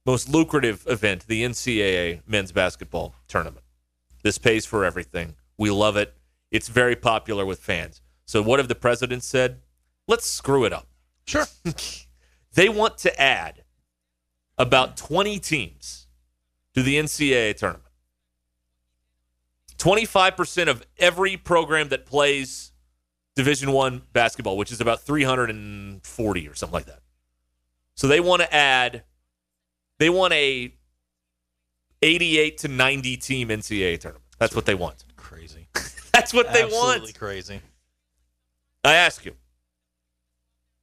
[SPEAKER 2] most lucrative event, the NCAA men's basketball tournament. This pays for everything. We love it. It's very popular with fans. So what have the president said? Let's screw it up.
[SPEAKER 1] Sure.
[SPEAKER 2] they want to add about 20 teams to the NCAA tournament. 25% of every program that plays division 1 basketball which is about 340 or something like that so they want to add they want a 88 to 90 team ncaa tournament that's what they want
[SPEAKER 1] Crazy.
[SPEAKER 2] that's what they
[SPEAKER 1] Absolutely
[SPEAKER 2] want
[SPEAKER 1] crazy.
[SPEAKER 2] i ask you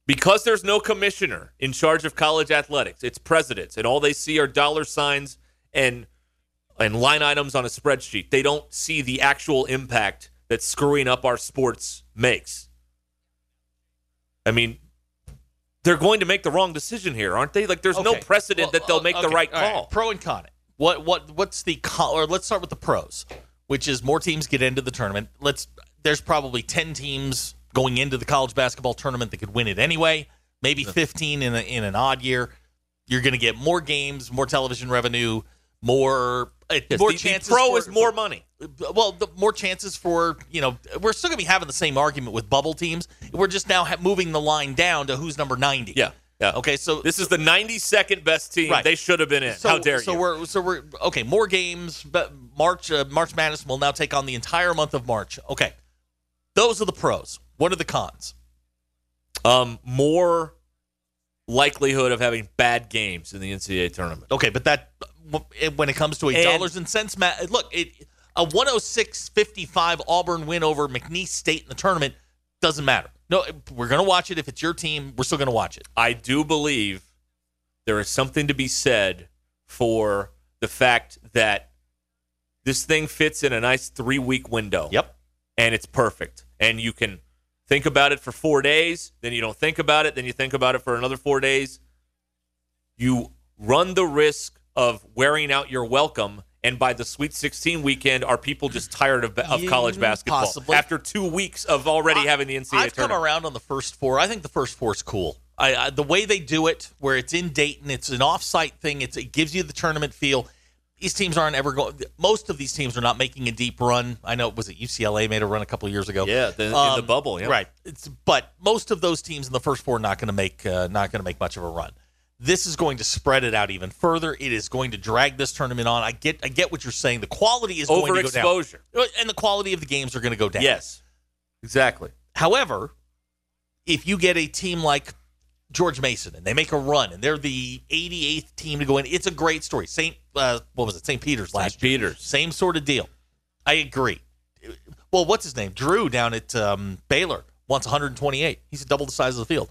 [SPEAKER 2] because there's no commissioner in charge of college athletics it's presidents and all they see are dollar signs and and line items on a spreadsheet. They don't see the actual impact that screwing up our sports makes. I mean, they're going to make the wrong decision here, aren't they? Like, there's no
[SPEAKER 1] Okay.
[SPEAKER 2] precedent
[SPEAKER 1] Well,
[SPEAKER 2] that they'll
[SPEAKER 1] uh,
[SPEAKER 2] make
[SPEAKER 1] okay,
[SPEAKER 2] the right
[SPEAKER 1] all right.
[SPEAKER 2] call.
[SPEAKER 1] Pro and con. What what what's the con? Or let's start with the pros, which is more teams get into the tournament. Let's there's probably ten teams going into the college basketball tournament that could win it anyway. Maybe fifteen in a, in an odd year. You're going to get more games, more television revenue, more uh,
[SPEAKER 2] Yes,
[SPEAKER 1] more
[SPEAKER 2] the, the
[SPEAKER 1] chances.
[SPEAKER 2] pro
[SPEAKER 1] for-
[SPEAKER 2] is more money.
[SPEAKER 1] well, the more chances for you know we're still gonna be having the same argument with bubble teams. We're just now ha- moving the line down to who's number ninety.
[SPEAKER 2] Yeah, yeah.
[SPEAKER 1] Okay, so
[SPEAKER 2] This is the 92nd best team
[SPEAKER 1] Right.
[SPEAKER 2] they should have been in. How dare
[SPEAKER 1] so
[SPEAKER 2] you?
[SPEAKER 1] we're so we're okay. More games, but March uh, March Madness will now take on the entire month of March. Okay, those are the pros. What are the cons?
[SPEAKER 2] um, more likelihood of having bad games in the NCAA tournament.
[SPEAKER 1] Okay, but that when it comes to a
[SPEAKER 2] And-
[SPEAKER 1] dollars and cents, ma- look, it, a one hundred six fifty five Auburn win over McNeese State in the tournament doesn't matter. No, we're gonna watch it if it's your team. We're still gonna watch it.
[SPEAKER 2] I do believe there is something to be said for the fact that this thing fits in a nice three week window.
[SPEAKER 1] Yep.
[SPEAKER 2] And it's perfect. And you can think about it for four days, then you don't think about it, then you think about it for another four days. You run the risk of wearing out your welcome. And by the Sweet 16 weekend, are people just tired of, of
[SPEAKER 1] Yeah,
[SPEAKER 2] college basketball?
[SPEAKER 1] possibly.
[SPEAKER 2] After two weeks of already having the NCAA
[SPEAKER 1] I've
[SPEAKER 2] tournament.
[SPEAKER 1] come around on the first four. I think the first four's cool. I, I the way they do it, where it's in Dayton, it's an off-site thing. It's, it gives you the tournament feel. These teams aren't ever going. Most of these teams are not making a deep run. I know was it UCLA made a run a couple years ago. Um,
[SPEAKER 2] Yeah, the- in the bubble, yeah.
[SPEAKER 1] right. It's, but most of those teams in the first four are not going to make uh, not going to make much of a run. This is going to spread it out even further. It is going to drag this tournament on. I get I get what you're saying. The quality is going to go down.
[SPEAKER 2] Overexposure.
[SPEAKER 1] and the quality of the games are going to go down.
[SPEAKER 2] Yes. Exactly.
[SPEAKER 1] However, if you get a team like George Mason and they make a run and they're the 88th team to go in, it's a great story. Saint, uh, what was it? St. Peter's last
[SPEAKER 2] St.
[SPEAKER 1] year.
[SPEAKER 2] Peter's.
[SPEAKER 1] Same sort of deal. I agree. Well, what's his name? Drew down at um, Baylor wants 128. He's double the size of the field.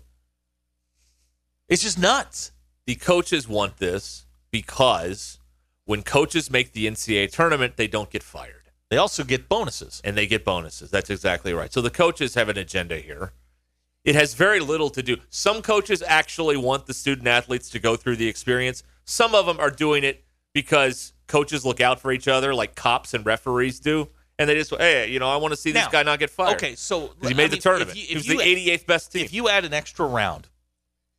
[SPEAKER 1] It's just nuts.
[SPEAKER 2] the coaches want this because when coaches make the NCAA tournament, they don't get fired.
[SPEAKER 1] They also get bonuses.
[SPEAKER 2] And they get bonuses. That's exactly right. So the coaches have an agenda here. It has very little to do. Some coaches actually want the student athletes to go through the experience. Some of them are doing it because coaches look out for each other, like cops and referees do. And they just, hey, you know, I want to see this
[SPEAKER 1] Now-
[SPEAKER 2] guy not get fired.
[SPEAKER 1] Okay, so
[SPEAKER 2] 'Cause he made
[SPEAKER 1] I
[SPEAKER 2] the
[SPEAKER 1] mean,
[SPEAKER 2] tournament.
[SPEAKER 1] if you-
[SPEAKER 2] he
[SPEAKER 1] if
[SPEAKER 2] was
[SPEAKER 1] you-
[SPEAKER 2] the 88th best team.
[SPEAKER 1] If you add an extra round,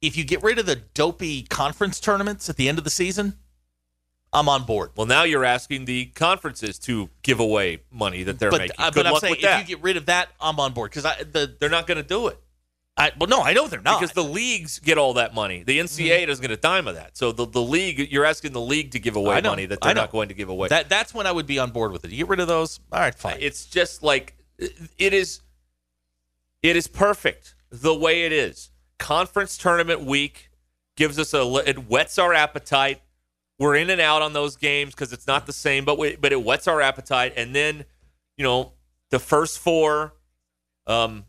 [SPEAKER 1] if you get rid of the dopey conference tournaments at the end of the season, I'm on board.
[SPEAKER 2] well, now you're asking the conferences to give away money that they're
[SPEAKER 1] but
[SPEAKER 2] making.
[SPEAKER 1] uh,
[SPEAKER 2] Good
[SPEAKER 1] but I'm
[SPEAKER 2] luck
[SPEAKER 1] saying
[SPEAKER 2] with that.
[SPEAKER 1] if you get rid of that, I'm on board because I the
[SPEAKER 2] they're not going to do it.
[SPEAKER 1] I well no I know they're not
[SPEAKER 2] because the leagues get all that money. The
[SPEAKER 1] Mm-hmm.
[SPEAKER 2] NCAA doesn't get a dime of that. So the, the league, you're asking the league to give away
[SPEAKER 1] I know,
[SPEAKER 2] money that
[SPEAKER 1] I
[SPEAKER 2] they're
[SPEAKER 1] know.
[SPEAKER 2] not going to give away.
[SPEAKER 1] that that's when I would be on board with it. You get rid of those, all right, fine.
[SPEAKER 2] it's just like it is. It is perfect the way it is. Conference tournament week gives us a li- it whets our appetite. We're in and out on those games because it's not the same, but we, but it whets our appetite. And then, you know, the first four, um,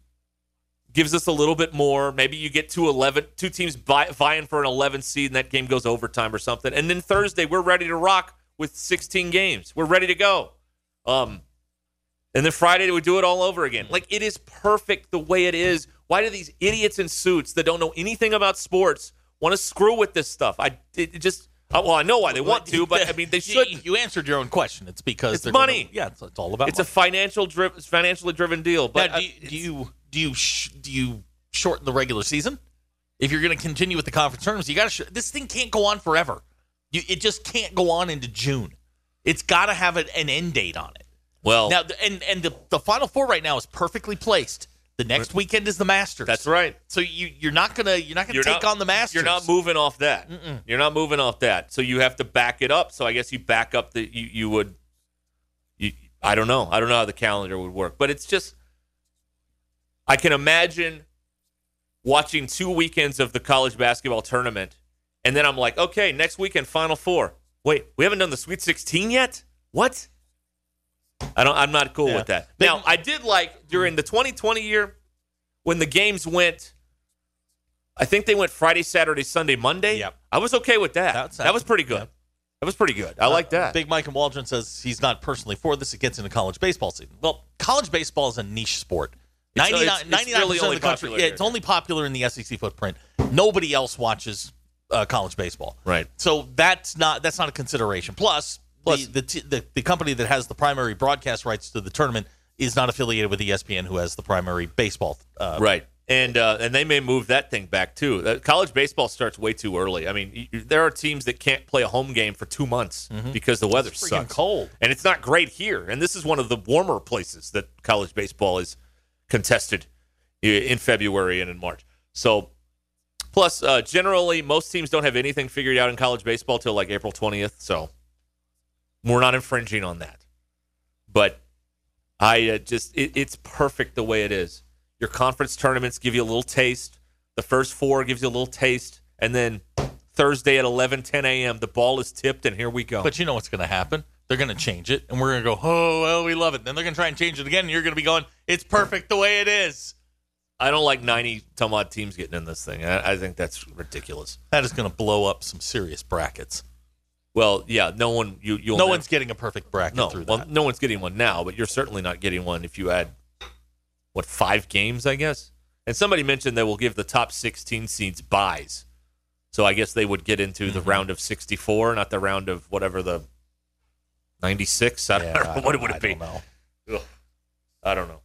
[SPEAKER 2] gives us a little bit more. Maybe you get two 11, two teams vi- vying for an 11 seed, and that game goes overtime or something. And then Thursday, we're ready to rock with 16 games. We're ready to go. Um, and then Friday, we do it all over again. Like, it is perfect the way it is. Why do these idiots in suits that don't know anything about sports want to screw with this stuff? I it it just, I- well, I know why they want to, but I mean, they
[SPEAKER 1] You-
[SPEAKER 2] shouldn't.
[SPEAKER 1] You answered your own question. It's because
[SPEAKER 2] It's
[SPEAKER 1] they're gonna-
[SPEAKER 2] money.
[SPEAKER 1] yeah, it's, it's all about.
[SPEAKER 2] It's a
[SPEAKER 1] money.
[SPEAKER 2] financial driv- financially driven deal. But uh,
[SPEAKER 1] now, do,
[SPEAKER 2] I-
[SPEAKER 1] you, do you do you sh- do you shorten the regular season if you're going to continue with the conference tournaments? You got to. Sh- this thing can't go on forever. You, it just can't go on into June. It's got to have an, an end date on it.
[SPEAKER 2] well,
[SPEAKER 1] Now, the- and and the the final four right now is perfectly placed. The next weekend is the Masters.
[SPEAKER 2] that's right.
[SPEAKER 1] So you you're not gonna you're not gonna
[SPEAKER 2] You're
[SPEAKER 1] take
[SPEAKER 2] not-
[SPEAKER 1] on the Masters.
[SPEAKER 2] You're not moving off that. You're not moving off that. So you have to back it up. So I guess you back up the you you would. You, I don't know. I don't know how the calendar would work, but it's just. I can imagine watching two weekends of the college basketball tournament, and then I'm like, okay, next weekend, Final Four. Wait, we haven't done the Sweet 16 yet. What? I don't. I'm not cool
[SPEAKER 1] Yeah.
[SPEAKER 2] with that.
[SPEAKER 1] But-
[SPEAKER 2] now, I did like during the 2020 year when the games went. I think they went Friday, Saturday, Sunday, Monday.
[SPEAKER 1] Yep.
[SPEAKER 2] I was okay with that.
[SPEAKER 1] That's-
[SPEAKER 2] that was pretty good.
[SPEAKER 1] yep.
[SPEAKER 2] That was pretty good. I like that.
[SPEAKER 1] Uh, Big Mike and Waldron says he's not personally for this. It gets into college baseball season. Well, college baseball is a niche sport.
[SPEAKER 2] It's- it's-
[SPEAKER 1] 99
[SPEAKER 2] it's
[SPEAKER 1] 99%
[SPEAKER 2] really
[SPEAKER 1] of
[SPEAKER 2] only
[SPEAKER 1] the country.
[SPEAKER 2] popular
[SPEAKER 1] Yeah, it's
[SPEAKER 2] here.
[SPEAKER 1] only popular in the SEC footprint. Nobody else watches uh, college baseball.
[SPEAKER 2] Right.
[SPEAKER 1] So that's not that's not a consideration. Plus,
[SPEAKER 2] Plus-
[SPEAKER 1] the, the, t- the the company that has the primary broadcast rights to the tournament is not affiliated with E ESPN, who has the primary baseball. Uh,
[SPEAKER 2] Right. And uh, and they may move that thing back too. Uh, college baseball starts way too early. I mean, y- y- there are teams that can't play a home game for two months because the weather
[SPEAKER 1] Mm-hmm. freaking
[SPEAKER 2] sucks.
[SPEAKER 1] cold.
[SPEAKER 2] and it's not great here. And this is one of the warmer places that college baseball is contested i- in February and in March. So, plus, uh, generally, most teams don't have anything figured out in college baseball till like April twentieth. So, we're not infringing on that. But I uh, just it, it's perfect the way it is. Your conference tournaments give you a little taste. The first four gives you a little taste, and then Thursday at 11, 10 a.m. the ball is tipped, and here we go.
[SPEAKER 1] But you know what's going to happen? They're going to change it, and we're going to go, oh, well, we love it. Then they're going to try and change it again, and you're going to be going, it's perfect the way it is.
[SPEAKER 2] I don't like 90 some odd teams getting in this thing. I, I think that's ridiculous.
[SPEAKER 1] That is going to blow up some serious brackets.
[SPEAKER 2] Well, yeah, no one you you'll
[SPEAKER 1] no
[SPEAKER 2] never-
[SPEAKER 1] one's getting a perfect bracket
[SPEAKER 2] no
[SPEAKER 1] through
[SPEAKER 2] well
[SPEAKER 1] that.
[SPEAKER 2] no one's getting one now, but you're certainly not getting one if you add what five games, I guess. And somebody mentioned they will give the top 16 seeds buys, so I guess they would get into
[SPEAKER 1] Mm-hmm.
[SPEAKER 2] the round of 64, not the round of whatever the 96. I don't
[SPEAKER 1] Yeah, I
[SPEAKER 2] know what it would
[SPEAKER 1] I
[SPEAKER 2] it be.
[SPEAKER 1] don't know.
[SPEAKER 2] Ugh. I don't know,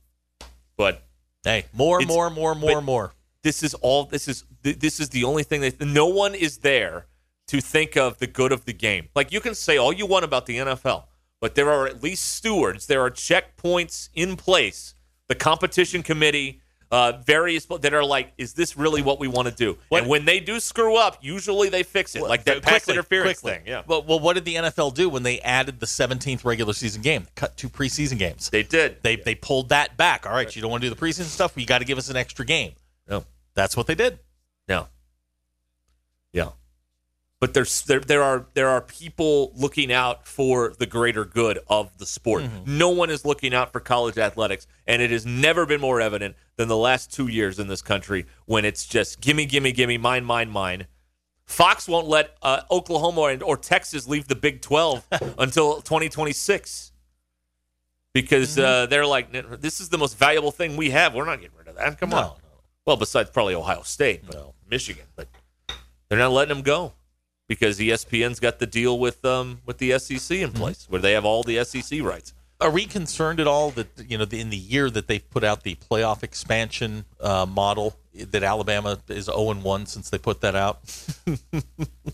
[SPEAKER 2] but
[SPEAKER 1] Hey, more,
[SPEAKER 2] It's-
[SPEAKER 1] more, more, more,
[SPEAKER 2] but-
[SPEAKER 1] more.
[SPEAKER 2] this is all this is th- this is the only thing that no one is there to think of the good of the game like you can say all you want about the nfl but there are at least stewards there are checkpoints in place the competition committee uh, various pl- that are like, is this really what we want to do?
[SPEAKER 1] What-
[SPEAKER 2] And when they do screw up, usually they fix it, like that pass
[SPEAKER 1] Quickly,
[SPEAKER 2] interference
[SPEAKER 1] quickly.
[SPEAKER 2] thing. Yeah,
[SPEAKER 1] Well, well, what did the NFL do when they added the 17th regular season game? They cut two preseason games.
[SPEAKER 2] they did.
[SPEAKER 1] They, they pulled that back. All right, you don't want to do the preseason stuff. Well, you got to give us an extra game.
[SPEAKER 2] No.
[SPEAKER 1] That's what they did.
[SPEAKER 2] No. Yeah. But there's there there are there are people looking out for the greater good of the sport. No one is looking out for college athletics, and it has never been more evident than the last two years in this country when it's just gimme, gimme, gimme, mine, mine, mine. Fox won't let uh, Oklahoma or, or Texas leave the Big 12 until 2026 because uh, they're like, "N- this is the most valuable thing we have. We're not getting rid of that. Come on. Well, besides probably Ohio State, but Michigan, but they're not letting them go because E ESPN's got the deal with um, with the SEC in place where they have all the SEC rights.
[SPEAKER 1] Are we concerned at all that you know the, in the year that they've put out the playoff expansion uh, model that Alabama is zero and one since they put that out?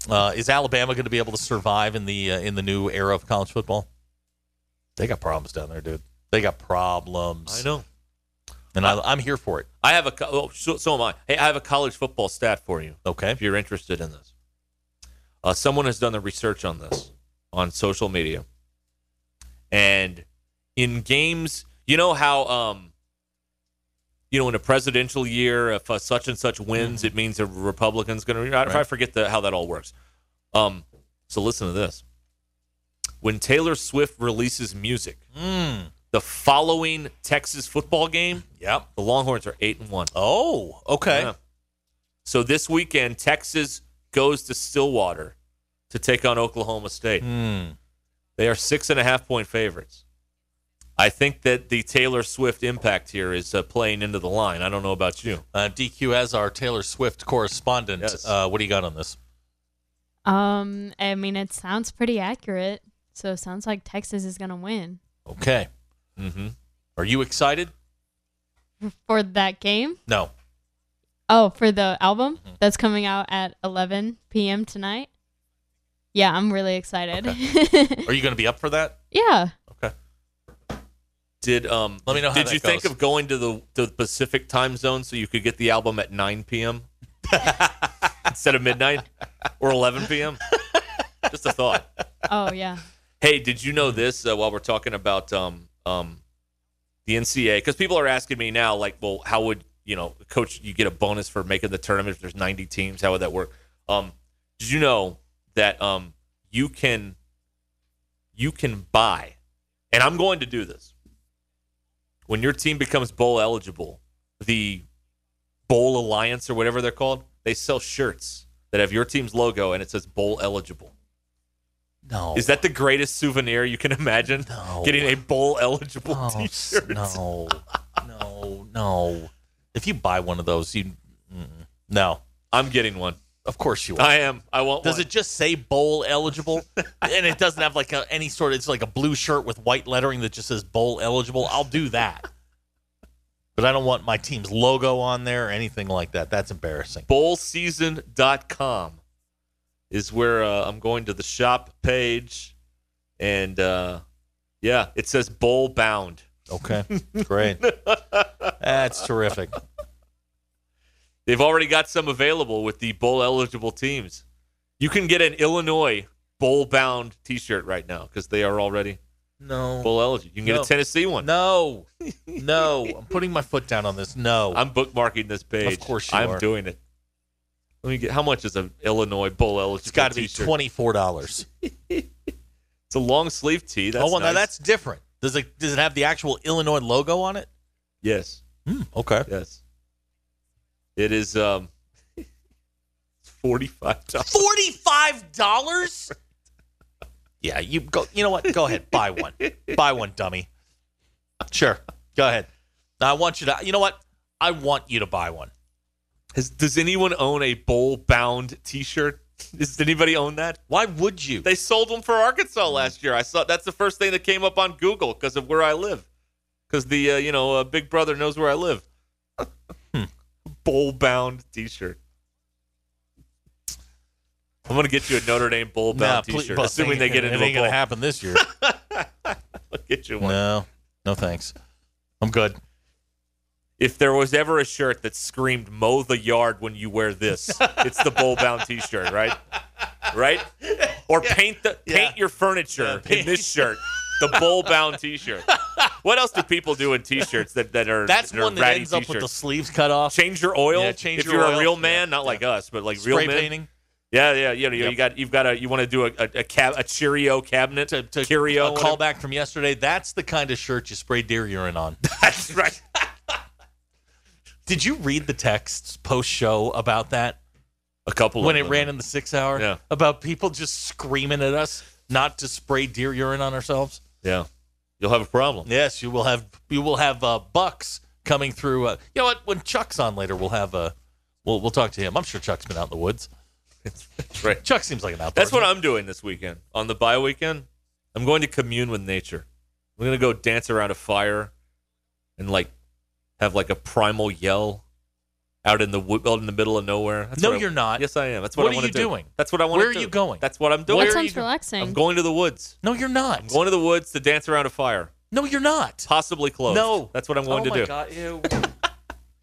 [SPEAKER 1] uh, is Alabama going to be able to survive in the uh, in the new era of college football? They got problems down there, dude. They got problems.
[SPEAKER 2] I know.
[SPEAKER 1] and I, I'm here for it.
[SPEAKER 2] I have a co- oh, so, so am I. Hey, I have a college football stat for you.
[SPEAKER 1] Okay.
[SPEAKER 2] if you're interested in this. Uh, someone has done the research on this on social media, and in games, you know how um, you know in a presidential year, if uh, such and such wins,
[SPEAKER 1] Mm-hmm.
[SPEAKER 2] it means a Republican's going to. If I forget the, how that all works, um, so listen to this. When Taylor Swift releases music,
[SPEAKER 1] Mm.
[SPEAKER 2] the following Texas football game,
[SPEAKER 1] Yep.
[SPEAKER 2] the Longhorns are eight and one.
[SPEAKER 1] Oh, okay.
[SPEAKER 2] Yeah. So this weekend, Texas goes to Stillwater to take on Oklahoma State.
[SPEAKER 1] Hmm.
[SPEAKER 2] They are six and a half point favorites. I think that the Taylor Swift impact here is uh, playing into the line. I don't know about you.
[SPEAKER 1] Uh, DQ as our Taylor Swift correspondent.
[SPEAKER 2] Yes.
[SPEAKER 1] Uh, what do you got on this?
[SPEAKER 3] Um, I mean, it sounds pretty accurate. So it sounds like Texas is gonna win
[SPEAKER 1] Okay.
[SPEAKER 2] Mm-hmm.
[SPEAKER 1] Are you excited?
[SPEAKER 3] for that game.
[SPEAKER 1] No.
[SPEAKER 3] Oh, for the album
[SPEAKER 2] Mm-hmm.
[SPEAKER 3] that's coming out at 11 p.m. tonight. Yeah, I'm really excited.
[SPEAKER 1] Are you going to be up for that?
[SPEAKER 3] yeah.
[SPEAKER 1] Okay.
[SPEAKER 2] Did um?
[SPEAKER 1] Let me know how
[SPEAKER 2] Did
[SPEAKER 1] that
[SPEAKER 2] you think
[SPEAKER 1] goes.
[SPEAKER 2] of going to the to the Pacific time zone so you could get the album at 9 p.m. instead of midnight or 11 p.m. Just a thought.
[SPEAKER 3] Oh, yeah.
[SPEAKER 2] Hey, did you know this? Uh, while we're talking about um, um, the NCAA, because people are asking me now, like, well, how would you know, coach? You get a bonus for making the tournament if there's 90 teams. How would that work? Um, did you know that um, you can you can buy, and I'm going to do this when your team becomes bowl eligible, the Bowl Alliance or whatever they're called, they sell shirts that have your team's logo and it says bowl eligible.
[SPEAKER 1] No.
[SPEAKER 2] Is that the greatest souvenir you can imagine?
[SPEAKER 1] No.
[SPEAKER 2] Getting a bowl eligible
[SPEAKER 1] Oh, s-
[SPEAKER 2] t-shirt.
[SPEAKER 1] No, no, no. If you buy one of those, you mm, no.
[SPEAKER 2] I'm getting one.
[SPEAKER 1] Of course you will.
[SPEAKER 2] I am. I want
[SPEAKER 1] Does
[SPEAKER 2] one.
[SPEAKER 1] it just say bowl eligible, and it doesn't have like a, any sort of? It's like a blue shirt with white lettering that just says bowl eligible. I'll do that, but I don't want my team's logo on there or anything like that. That's embarrassing.
[SPEAKER 2] bowlseason.com is where uh, I'm going to the shop page and uh, yeah, it says bowl bound.
[SPEAKER 1] Okay, great. That's terrific.
[SPEAKER 2] They've already got some available with the bowl eligible teams. You can get an Illinois bowl bound t-shirt right now cuz they are already
[SPEAKER 1] No,
[SPEAKER 2] bowl eligible. You can get
[SPEAKER 1] No.
[SPEAKER 2] a Tennessee one.
[SPEAKER 1] no, no. I'm putting my foot down on this. No,
[SPEAKER 2] I'm bookmarking this page.
[SPEAKER 1] course you
[SPEAKER 2] I'm
[SPEAKER 1] are.
[SPEAKER 2] doing it. Let me get. How much is an Illinois bowl eligible?
[SPEAKER 1] it's got to be
[SPEAKER 2] t-shirt?
[SPEAKER 1] twenty four dollars.
[SPEAKER 2] It's a long sleeve tee. That's
[SPEAKER 1] oh, well, now
[SPEAKER 2] nice.
[SPEAKER 1] that's different. Does it does it have the actual Illinois logo on it?
[SPEAKER 2] yes,
[SPEAKER 1] okay.
[SPEAKER 2] yes. It is um, forty five dollars.
[SPEAKER 1] Forty five dollars. Yeah, you go. You know what? Go ahead, buy one. buy one, dummy. Sure. Go ahead. I want you to. You know what? I want you to buy one.
[SPEAKER 2] Has, does anyone own a bowl bound T-shirt? Does anybody own that?
[SPEAKER 1] Why would you?
[SPEAKER 2] They sold them for Arkansas last year. I saw that's the first thing that came up on Google because of where I live. Because the uh, you know uh, Big Brother knows where I live.
[SPEAKER 1] Hmm.
[SPEAKER 2] bowl bound T-shirt. I'm gonna get you a Notre Dame bowl
[SPEAKER 1] Nah,
[SPEAKER 2] bound
[SPEAKER 1] please-
[SPEAKER 2] T-shirt,
[SPEAKER 1] but
[SPEAKER 2] assuming they get
[SPEAKER 1] it
[SPEAKER 2] into a
[SPEAKER 1] ain't
[SPEAKER 2] bowl.
[SPEAKER 1] gonna happen this year.
[SPEAKER 2] I'll get you one.
[SPEAKER 1] no, no thanks. I'm good.
[SPEAKER 2] If there was ever a shirt that screamed "Mow the yard when you wear this," it's the bowl bound T-shirt, right? Right? Or paint the
[SPEAKER 1] Yeah.
[SPEAKER 2] paint your furniture
[SPEAKER 1] Yeah, paint-
[SPEAKER 2] in this shirt, the bowl bound T-shirt. What else do people do in T-shirts that, that are
[SPEAKER 1] That's
[SPEAKER 2] that are
[SPEAKER 1] one that
[SPEAKER 2] ratty
[SPEAKER 1] ends up
[SPEAKER 2] t-shirts?
[SPEAKER 1] with the sleeves cut off.
[SPEAKER 2] change your oil.
[SPEAKER 1] Yeah, change
[SPEAKER 2] if
[SPEAKER 1] your
[SPEAKER 2] you're
[SPEAKER 1] oil.
[SPEAKER 2] a real man,
[SPEAKER 1] Yeah,
[SPEAKER 2] not like us, but like
[SPEAKER 1] Spray
[SPEAKER 2] real men.
[SPEAKER 1] painting.
[SPEAKER 2] Yeah, yeah, you know,
[SPEAKER 1] Yep.
[SPEAKER 2] you got you've got a you want to do a a, a, cab, a Cheerio cabinet
[SPEAKER 1] to, to
[SPEAKER 2] Curio,
[SPEAKER 1] a
[SPEAKER 2] whatever.
[SPEAKER 1] callback from yesterday. That's the kind of shirt you spray deer urine on.
[SPEAKER 2] That's right.
[SPEAKER 1] Did you read the texts post show about that?
[SPEAKER 2] A couple
[SPEAKER 1] when
[SPEAKER 2] of
[SPEAKER 1] it
[SPEAKER 2] them.
[SPEAKER 1] ran in the six hour
[SPEAKER 2] Yeah.
[SPEAKER 1] about people just screaming at us not to spray deer urine on ourselves.
[SPEAKER 2] Yeah. You'll have a problem.
[SPEAKER 1] Yes, you will have you will have uh, bucks coming through. Uh, you know what? When Chuck's on later, we'll have Uh, we'll we'll talk to him. I'm sure Chuck's been out in the woods.
[SPEAKER 2] That's right.
[SPEAKER 1] Chuck seems like an outdoorsman.
[SPEAKER 2] That's what I'm doing this weekend. On the bye weekend, I'm going to commune with nature. I'm going to go dance around a fire and like have like a primal yell out in the wood, out in the middle of nowhere. That's
[SPEAKER 1] No,
[SPEAKER 2] what I-
[SPEAKER 1] you're not.
[SPEAKER 2] Yes, I am. That's what,
[SPEAKER 1] What
[SPEAKER 2] I
[SPEAKER 1] are
[SPEAKER 2] want
[SPEAKER 1] you
[SPEAKER 2] to do.
[SPEAKER 1] doing?
[SPEAKER 2] That's what I want
[SPEAKER 1] Where
[SPEAKER 2] to
[SPEAKER 1] are
[SPEAKER 2] do.
[SPEAKER 1] you going?
[SPEAKER 2] That's what I'm doing.
[SPEAKER 3] That
[SPEAKER 2] Where are
[SPEAKER 3] sounds
[SPEAKER 2] you going?
[SPEAKER 3] relaxing.
[SPEAKER 2] I'm going to the woods.
[SPEAKER 1] No, you're not.
[SPEAKER 2] I'm going to the woods to dance around a fire,
[SPEAKER 1] no, you're not.
[SPEAKER 2] possibly close.
[SPEAKER 1] No.
[SPEAKER 2] that's what I'm going
[SPEAKER 1] oh
[SPEAKER 2] to
[SPEAKER 1] my
[SPEAKER 2] do.
[SPEAKER 1] God, ew.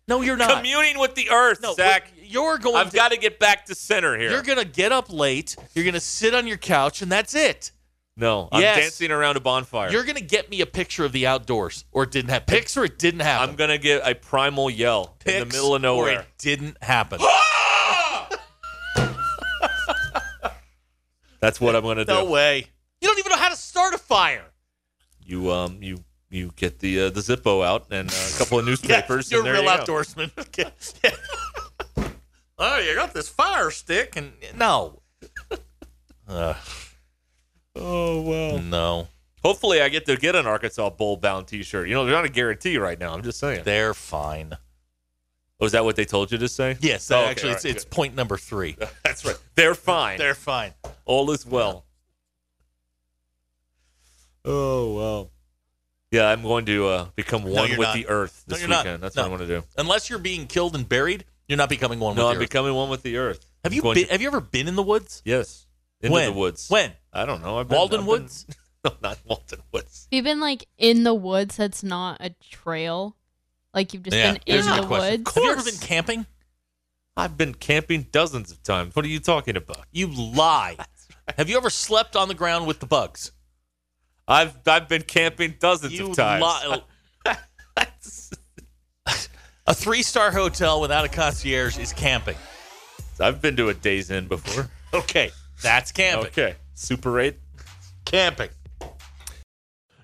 [SPEAKER 1] no, you're not.
[SPEAKER 2] Communing with the earth,
[SPEAKER 1] no,
[SPEAKER 2] Zach.
[SPEAKER 1] You're going.
[SPEAKER 2] I've
[SPEAKER 1] to,
[SPEAKER 2] got to get back to center here.
[SPEAKER 1] You're gonna get up late. You're gonna sit on your couch, and that's it.
[SPEAKER 2] no, I'm
[SPEAKER 1] Yes.
[SPEAKER 2] dancing around a bonfire.
[SPEAKER 1] You're gonna get me a picture of the outdoors, or it didn't have pics, or it didn't happen.
[SPEAKER 2] I'm gonna get a primal yell in the
[SPEAKER 1] Pics,
[SPEAKER 2] middle of
[SPEAKER 1] Or
[SPEAKER 2] nowhere.
[SPEAKER 1] it didn't happen.
[SPEAKER 2] That's what I'm gonna
[SPEAKER 1] no
[SPEAKER 2] do.
[SPEAKER 1] way. You don't even know how to start a fire.
[SPEAKER 2] You um you you get the uh, the Zippo out and uh, a couple of newspapers.
[SPEAKER 1] you're
[SPEAKER 2] and there
[SPEAKER 1] a real
[SPEAKER 2] you go.
[SPEAKER 1] outdoorsman. Okay. oh, you got this fire stick, and no. Ugh,
[SPEAKER 2] Oh well.
[SPEAKER 1] no,
[SPEAKER 2] Hopefully, I get to get an Arkansas Bowl bound T-shirt. You know, they're not a guarantee right now. I'm just saying.
[SPEAKER 1] they're fine.
[SPEAKER 2] Oh, is that what they told you to say?
[SPEAKER 1] Yes,
[SPEAKER 2] Oh,
[SPEAKER 1] that
[SPEAKER 2] okay,
[SPEAKER 1] actually,
[SPEAKER 2] all
[SPEAKER 1] it's,
[SPEAKER 2] right,
[SPEAKER 1] it's
[SPEAKER 2] good.
[SPEAKER 1] point number three.
[SPEAKER 2] that's right. They're fine.
[SPEAKER 1] They're fine.
[SPEAKER 2] All is well. Oh well. Yeah, I'm going to uh, become one
[SPEAKER 1] you're
[SPEAKER 2] with
[SPEAKER 1] not.
[SPEAKER 2] the earth
[SPEAKER 1] No,
[SPEAKER 2] this
[SPEAKER 1] you're not.
[SPEAKER 2] weekend. That's
[SPEAKER 1] No.
[SPEAKER 2] what I want to do.
[SPEAKER 1] Unless you're being killed and buried, you're not becoming one.
[SPEAKER 2] No,
[SPEAKER 1] with
[SPEAKER 2] I'm
[SPEAKER 1] the earth.
[SPEAKER 2] becoming one with the earth.
[SPEAKER 1] Have
[SPEAKER 2] I'm
[SPEAKER 1] you
[SPEAKER 2] going
[SPEAKER 1] been,
[SPEAKER 2] to-
[SPEAKER 1] have you ever been in the woods?
[SPEAKER 2] yes. Into
[SPEAKER 1] when?
[SPEAKER 2] the woods.
[SPEAKER 1] When?
[SPEAKER 2] I don't know. I've been,
[SPEAKER 1] Walden
[SPEAKER 2] I've been-
[SPEAKER 1] Woods?
[SPEAKER 2] no, not Walden Woods.
[SPEAKER 3] Have you been like in the woods that's not a trail? Like you've just been in
[SPEAKER 1] there's a
[SPEAKER 3] the
[SPEAKER 1] good question.
[SPEAKER 3] woods?
[SPEAKER 1] Have you ever been camping?
[SPEAKER 2] I've been camping dozens of times. What are you talking about?
[SPEAKER 1] You lie. Have you ever slept on the ground with the bugs?
[SPEAKER 2] I've I've been camping dozens
[SPEAKER 1] You
[SPEAKER 2] of times.
[SPEAKER 1] lie. a three star hotel without a concierge is camping.
[SPEAKER 2] I've been to a Days Inn before.
[SPEAKER 1] Okay, that's camping.
[SPEAKER 2] okay. Super 8.
[SPEAKER 1] Camping.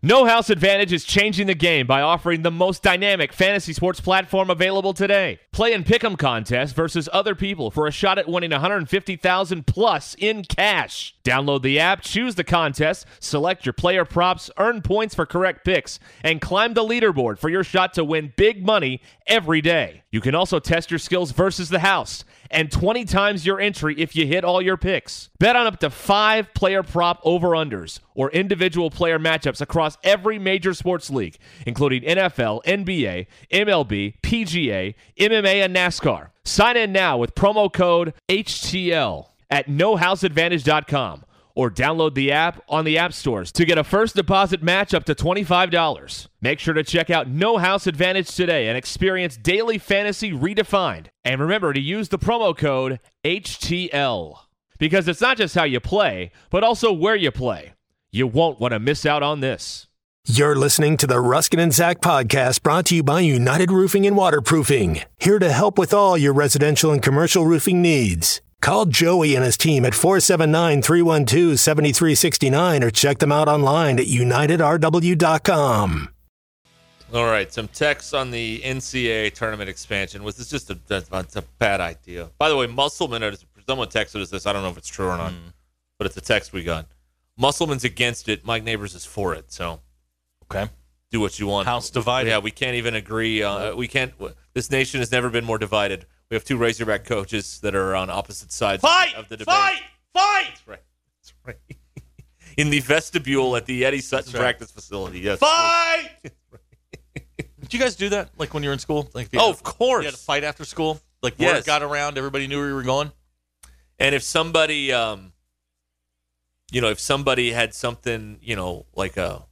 [SPEAKER 6] No House Advantage is changing the game by offering the most dynamic fantasy sports platform available today. Play and pick 'em contest versus other people for a shot at winning 150,000 plus in cash. Download the app, choose the contest, select your player props, earn points for correct picks, and climb the leaderboard for your shot to win big money every day. You can also test your skills versus the house and 20 times your entry if you hit all your picks. Bet on up to five player prop over unders or individual player matchups across every major sports league, including NFL, NBA, MLB, PGA, MMA, and NASCAR. Sign in now with promo code HTL at nohouseadvantage.com or download the app on the app stores to get a first deposit match up to $25. Make sure to check out No House Advantage today and experience daily fantasy redefined. And remember to use the promo code HTL because it's not just how you play, but also where you play. You won't want to miss out on this.
[SPEAKER 7] You're listening to the Ruskin and Zach podcast brought to you by United Roofing and Waterproofing, here to help with all your residential and commercial roofing needs. Call Joey and his team at 479 312 7369 or check them out online at unitedrw.com.
[SPEAKER 2] All right, some texts on the NCAA tournament expansion. Was this just a, that's- that's a bad idea? By the way, Musselman, or someone texted us this. I don't know if it's true or not, but it's a text we got. Musselman's against it. Mike Neighbors is for it. So
[SPEAKER 1] Okay.
[SPEAKER 2] do what you want.
[SPEAKER 1] House divided.
[SPEAKER 2] Yeah, we can't even agree. Uh, we can't. w- This nation has never been more divided. We have two Razorback coaches that are on opposite sides
[SPEAKER 1] Fight!
[SPEAKER 2] of the debate.
[SPEAKER 1] fight! Fight!
[SPEAKER 2] That's right. That's right. In the vestibule at the Eddie Sutton
[SPEAKER 1] right.
[SPEAKER 2] practice facility. Yes.
[SPEAKER 1] Fight! Did you guys do that? Like when you were in school? Like if you
[SPEAKER 2] Oh,
[SPEAKER 1] had-
[SPEAKER 2] of course.
[SPEAKER 1] You had to fight after school? Like
[SPEAKER 2] Yes.
[SPEAKER 1] word got around, everybody knew where you were going?
[SPEAKER 2] And if somebody, um, you know, if somebody had something, you know, like a,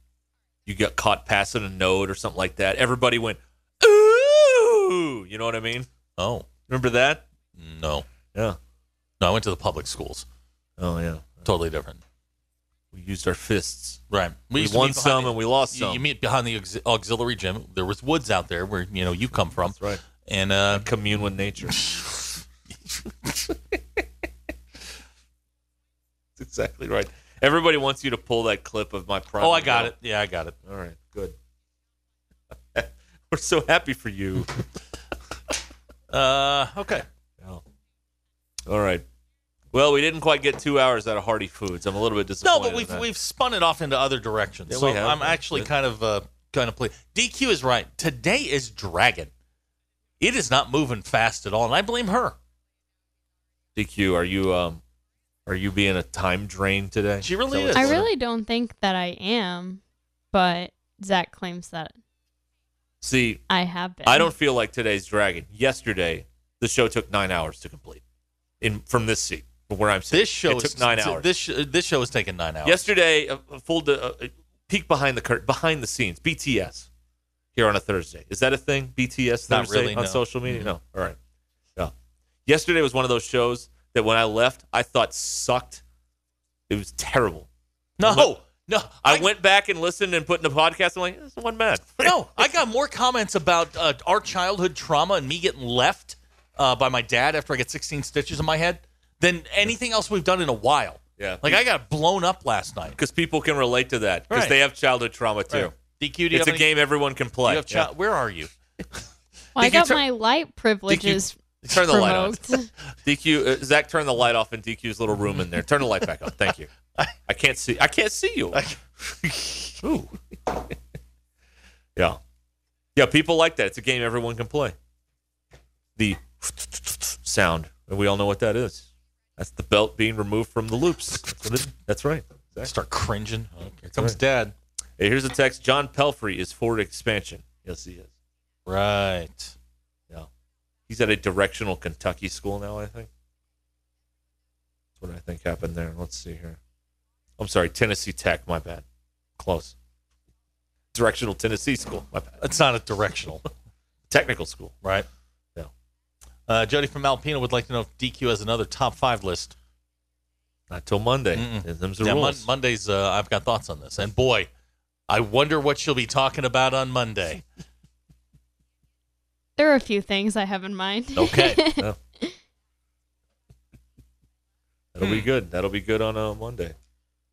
[SPEAKER 2] you got caught passing a note or something like that, everybody went, ooh, you know what I mean?
[SPEAKER 1] Oh,
[SPEAKER 2] Remember that?
[SPEAKER 1] no.
[SPEAKER 2] Yeah.
[SPEAKER 1] No, I went to the public schools.
[SPEAKER 2] Oh, yeah.
[SPEAKER 1] Totally different.
[SPEAKER 2] We used our fists.
[SPEAKER 1] Right.
[SPEAKER 2] We,
[SPEAKER 1] used to
[SPEAKER 2] won
[SPEAKER 1] meet behind
[SPEAKER 2] some
[SPEAKER 1] the-
[SPEAKER 2] and we lost
[SPEAKER 1] you,
[SPEAKER 2] some.
[SPEAKER 1] you meet behind the auxi- auxiliary gym. There was woods out there where, you know, you come from.
[SPEAKER 2] That's right.
[SPEAKER 1] And uh,
[SPEAKER 2] Commune with nature. That's exactly right. Everybody wants you to pull that clip of my prime.
[SPEAKER 1] Oh, I got it. Yeah, I got it.
[SPEAKER 2] All right, good. We're so happy for you.
[SPEAKER 1] Uh, okay.
[SPEAKER 2] All right. Well, we didn't quite get two hours out of Hardy Foods. I'm a little bit disappointed.
[SPEAKER 1] No, but
[SPEAKER 2] in
[SPEAKER 1] we've
[SPEAKER 2] that.
[SPEAKER 1] we've spun it off into other directions.
[SPEAKER 2] Yeah,
[SPEAKER 1] so
[SPEAKER 2] we have.
[SPEAKER 1] I'm actually
[SPEAKER 2] Good.
[SPEAKER 1] kind of uh, kind of play. DQ is right. Today is Dragon. It is not moving fast at all, and I blame her.
[SPEAKER 2] DQ, are you um, are you being a time drain today?
[SPEAKER 1] She really
[SPEAKER 2] Is that
[SPEAKER 1] is.
[SPEAKER 2] what's
[SPEAKER 3] I
[SPEAKER 2] going on?
[SPEAKER 3] really don't think that I am, but Zach claims that
[SPEAKER 2] see.
[SPEAKER 3] I have been.
[SPEAKER 2] I don't feel like today's dragon. Yesterday, the show took nine hours to complete. In from this seat, from where I'm sitting,
[SPEAKER 1] This show
[SPEAKER 2] it
[SPEAKER 1] is
[SPEAKER 2] took nine hours.
[SPEAKER 1] This sh- this show is taking nine hours.
[SPEAKER 2] Yesterday, a, a full uh, a peek behind the curtain, behind the scenes. BTS here on a Thursday. Is that a thing? BTS
[SPEAKER 1] Not
[SPEAKER 2] Thursday
[SPEAKER 1] really,
[SPEAKER 2] on
[SPEAKER 1] no. Mm-hmm.
[SPEAKER 2] social media. No. All right. Yeah. Yesterday was one of those shows that when I left, I thought sucked. It was terrible.
[SPEAKER 1] No,
[SPEAKER 2] What-
[SPEAKER 1] no,
[SPEAKER 2] I, went back and listened and put in the podcast. I'm like, this one man.
[SPEAKER 1] no, I got more comments about uh, our childhood trauma and me getting left uh, by my dad after I get 16 stitches in my head than anything else we've done in a while.
[SPEAKER 2] Yeah.
[SPEAKER 1] Like I got blown up last night.
[SPEAKER 2] because people can relate to that because
[SPEAKER 1] Right.
[SPEAKER 2] they have childhood trauma too.
[SPEAKER 1] Right. DQ, do you
[SPEAKER 2] It's
[SPEAKER 1] have
[SPEAKER 2] a
[SPEAKER 1] any-
[SPEAKER 2] game everyone can
[SPEAKER 1] You
[SPEAKER 2] play.
[SPEAKER 1] have
[SPEAKER 2] Yeah.
[SPEAKER 1] chi- Where are you?
[SPEAKER 3] Well, I
[SPEAKER 2] Did you
[SPEAKER 3] got
[SPEAKER 2] tur-
[SPEAKER 3] my light privileges
[SPEAKER 2] Turn the light on.
[SPEAKER 3] revoked.
[SPEAKER 2] DQ, uh, Zach, turn the light off in DQ's little room in there. Turn the light back on. Thank you. I can't see. I can't see you. Ooh. yeah, yeah. People like that. It's a game everyone can play. The sound, and we all know what that is. That's the belt being removed from the loops. That's, what it- that's right.
[SPEAKER 1] Start cringing. Oh, here comes dad.
[SPEAKER 2] Hey, here's a text. John Pelfrey is forward expansion. Yes, he is.
[SPEAKER 1] Right.
[SPEAKER 2] Yeah. He's at a directional Kentucky school now, I think. That's what I think happened there. Let's see here. I'm sorry, Tennessee Tech, my bad. Close. Directional Tennessee school, my bad.
[SPEAKER 1] It's not a directional,
[SPEAKER 2] Technical school.
[SPEAKER 1] right?
[SPEAKER 2] Yeah.
[SPEAKER 1] Uh, Jody from Alpena would like to know if DQ has another top five list.
[SPEAKER 2] Not till Monday.
[SPEAKER 1] Mm-mm.
[SPEAKER 2] Them's the
[SPEAKER 1] yeah, Mon-
[SPEAKER 2] rules.
[SPEAKER 1] Mondays, uh, I've got thoughts on this. And boy, I wonder what she'll be talking about on Monday.
[SPEAKER 3] There are a few things I have in mind.
[SPEAKER 1] Okay.
[SPEAKER 2] Yeah. That'll
[SPEAKER 1] mm.
[SPEAKER 2] be good. That'll be good on uh, Monday.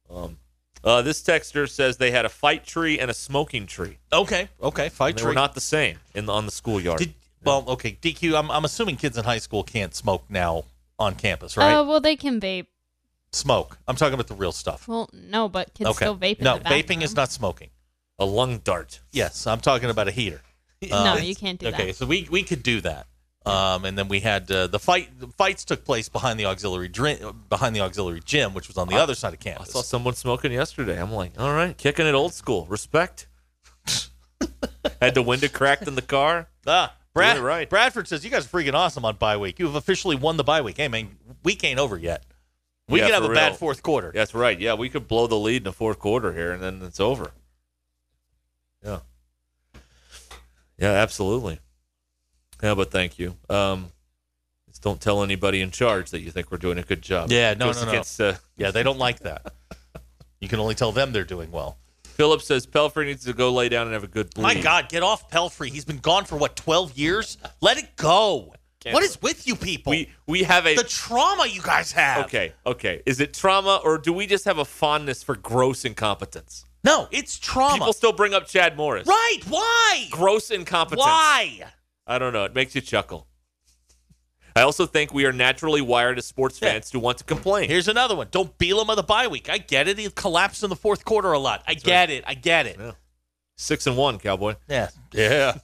[SPEAKER 2] Um, uh, this texter says they had a fight tree and a smoking tree.
[SPEAKER 1] okay. Okay. Fight
[SPEAKER 2] And they were
[SPEAKER 1] tree.
[SPEAKER 2] not the same in the, on the schoolyard.
[SPEAKER 1] Did, well, okay. DQ, I'm, I'm assuming kids in high school can't smoke now on campus, right?
[SPEAKER 3] Oh well, they can vape.
[SPEAKER 1] smoke. I'm talking about the real stuff.
[SPEAKER 3] Well, no, but kids
[SPEAKER 1] okay.
[SPEAKER 3] still vape. in
[SPEAKER 1] no,
[SPEAKER 3] the
[SPEAKER 1] vaping is
[SPEAKER 3] bathroom.
[SPEAKER 1] not smoking.
[SPEAKER 2] a lung dart.
[SPEAKER 1] Yes, I'm talking about a heater. Um,
[SPEAKER 3] No, you can't do
[SPEAKER 1] uh, okay,
[SPEAKER 3] that.
[SPEAKER 1] so we we could do that. Um, and then we had uh, the fight. The fights took place behind the auxiliary dr- behind the auxiliary gym, which was on the
[SPEAKER 2] I-
[SPEAKER 1] other side of
[SPEAKER 2] Ah, I
[SPEAKER 1] campus.
[SPEAKER 2] saw someone smoking yesterday. I'm like, all right, kicking it old school. Respect. Had the window cracked in the car.
[SPEAKER 1] Ah, Brad,
[SPEAKER 2] You're right.
[SPEAKER 1] Bradford says you guys are freaking awesome on bye week. You have officially won the bye week. Hey man, week ain't over yet. We
[SPEAKER 2] Yeah,
[SPEAKER 1] could have a
[SPEAKER 2] for
[SPEAKER 1] bad
[SPEAKER 2] real.
[SPEAKER 1] fourth quarter.
[SPEAKER 2] That's right. Yeah, we could blow the lead in the fourth quarter here, and then it's over. Yeah. Yeah, absolutely. Yeah, but thank you. Um, just don't tell anybody in charge that you think we're doing a good job.
[SPEAKER 1] Yeah, no,
[SPEAKER 2] Goes
[SPEAKER 1] no, no.
[SPEAKER 2] against, uh,
[SPEAKER 1] Yeah, they don't like that. you can only tell them they're doing well.
[SPEAKER 2] Philip says Pelfrey needs to go lay down and have a good bleed.
[SPEAKER 1] My God, get off Pelfrey. He's been gone for what twelve years. Let it go. What is with you people?
[SPEAKER 2] we we have a
[SPEAKER 1] the trauma you guys have.
[SPEAKER 2] okay, okay. Is it trauma or do we just have a fondness for gross incompetence?
[SPEAKER 1] No, it's trauma.
[SPEAKER 2] People still bring up Chad Morris.
[SPEAKER 1] right? Why?
[SPEAKER 2] Gross incompetence.
[SPEAKER 1] Why?
[SPEAKER 2] I don't know. It makes you chuckle. I also think we are naturally wired as sports
[SPEAKER 1] Yeah.
[SPEAKER 2] fans to want to complain.
[SPEAKER 1] Here's another one. Don't beat him on the bye week. I get it. He collapsed in the fourth quarter a lot. I get it. I get it.
[SPEAKER 2] Yeah. Six and one, Cowboy.
[SPEAKER 1] Yeah. Yeah.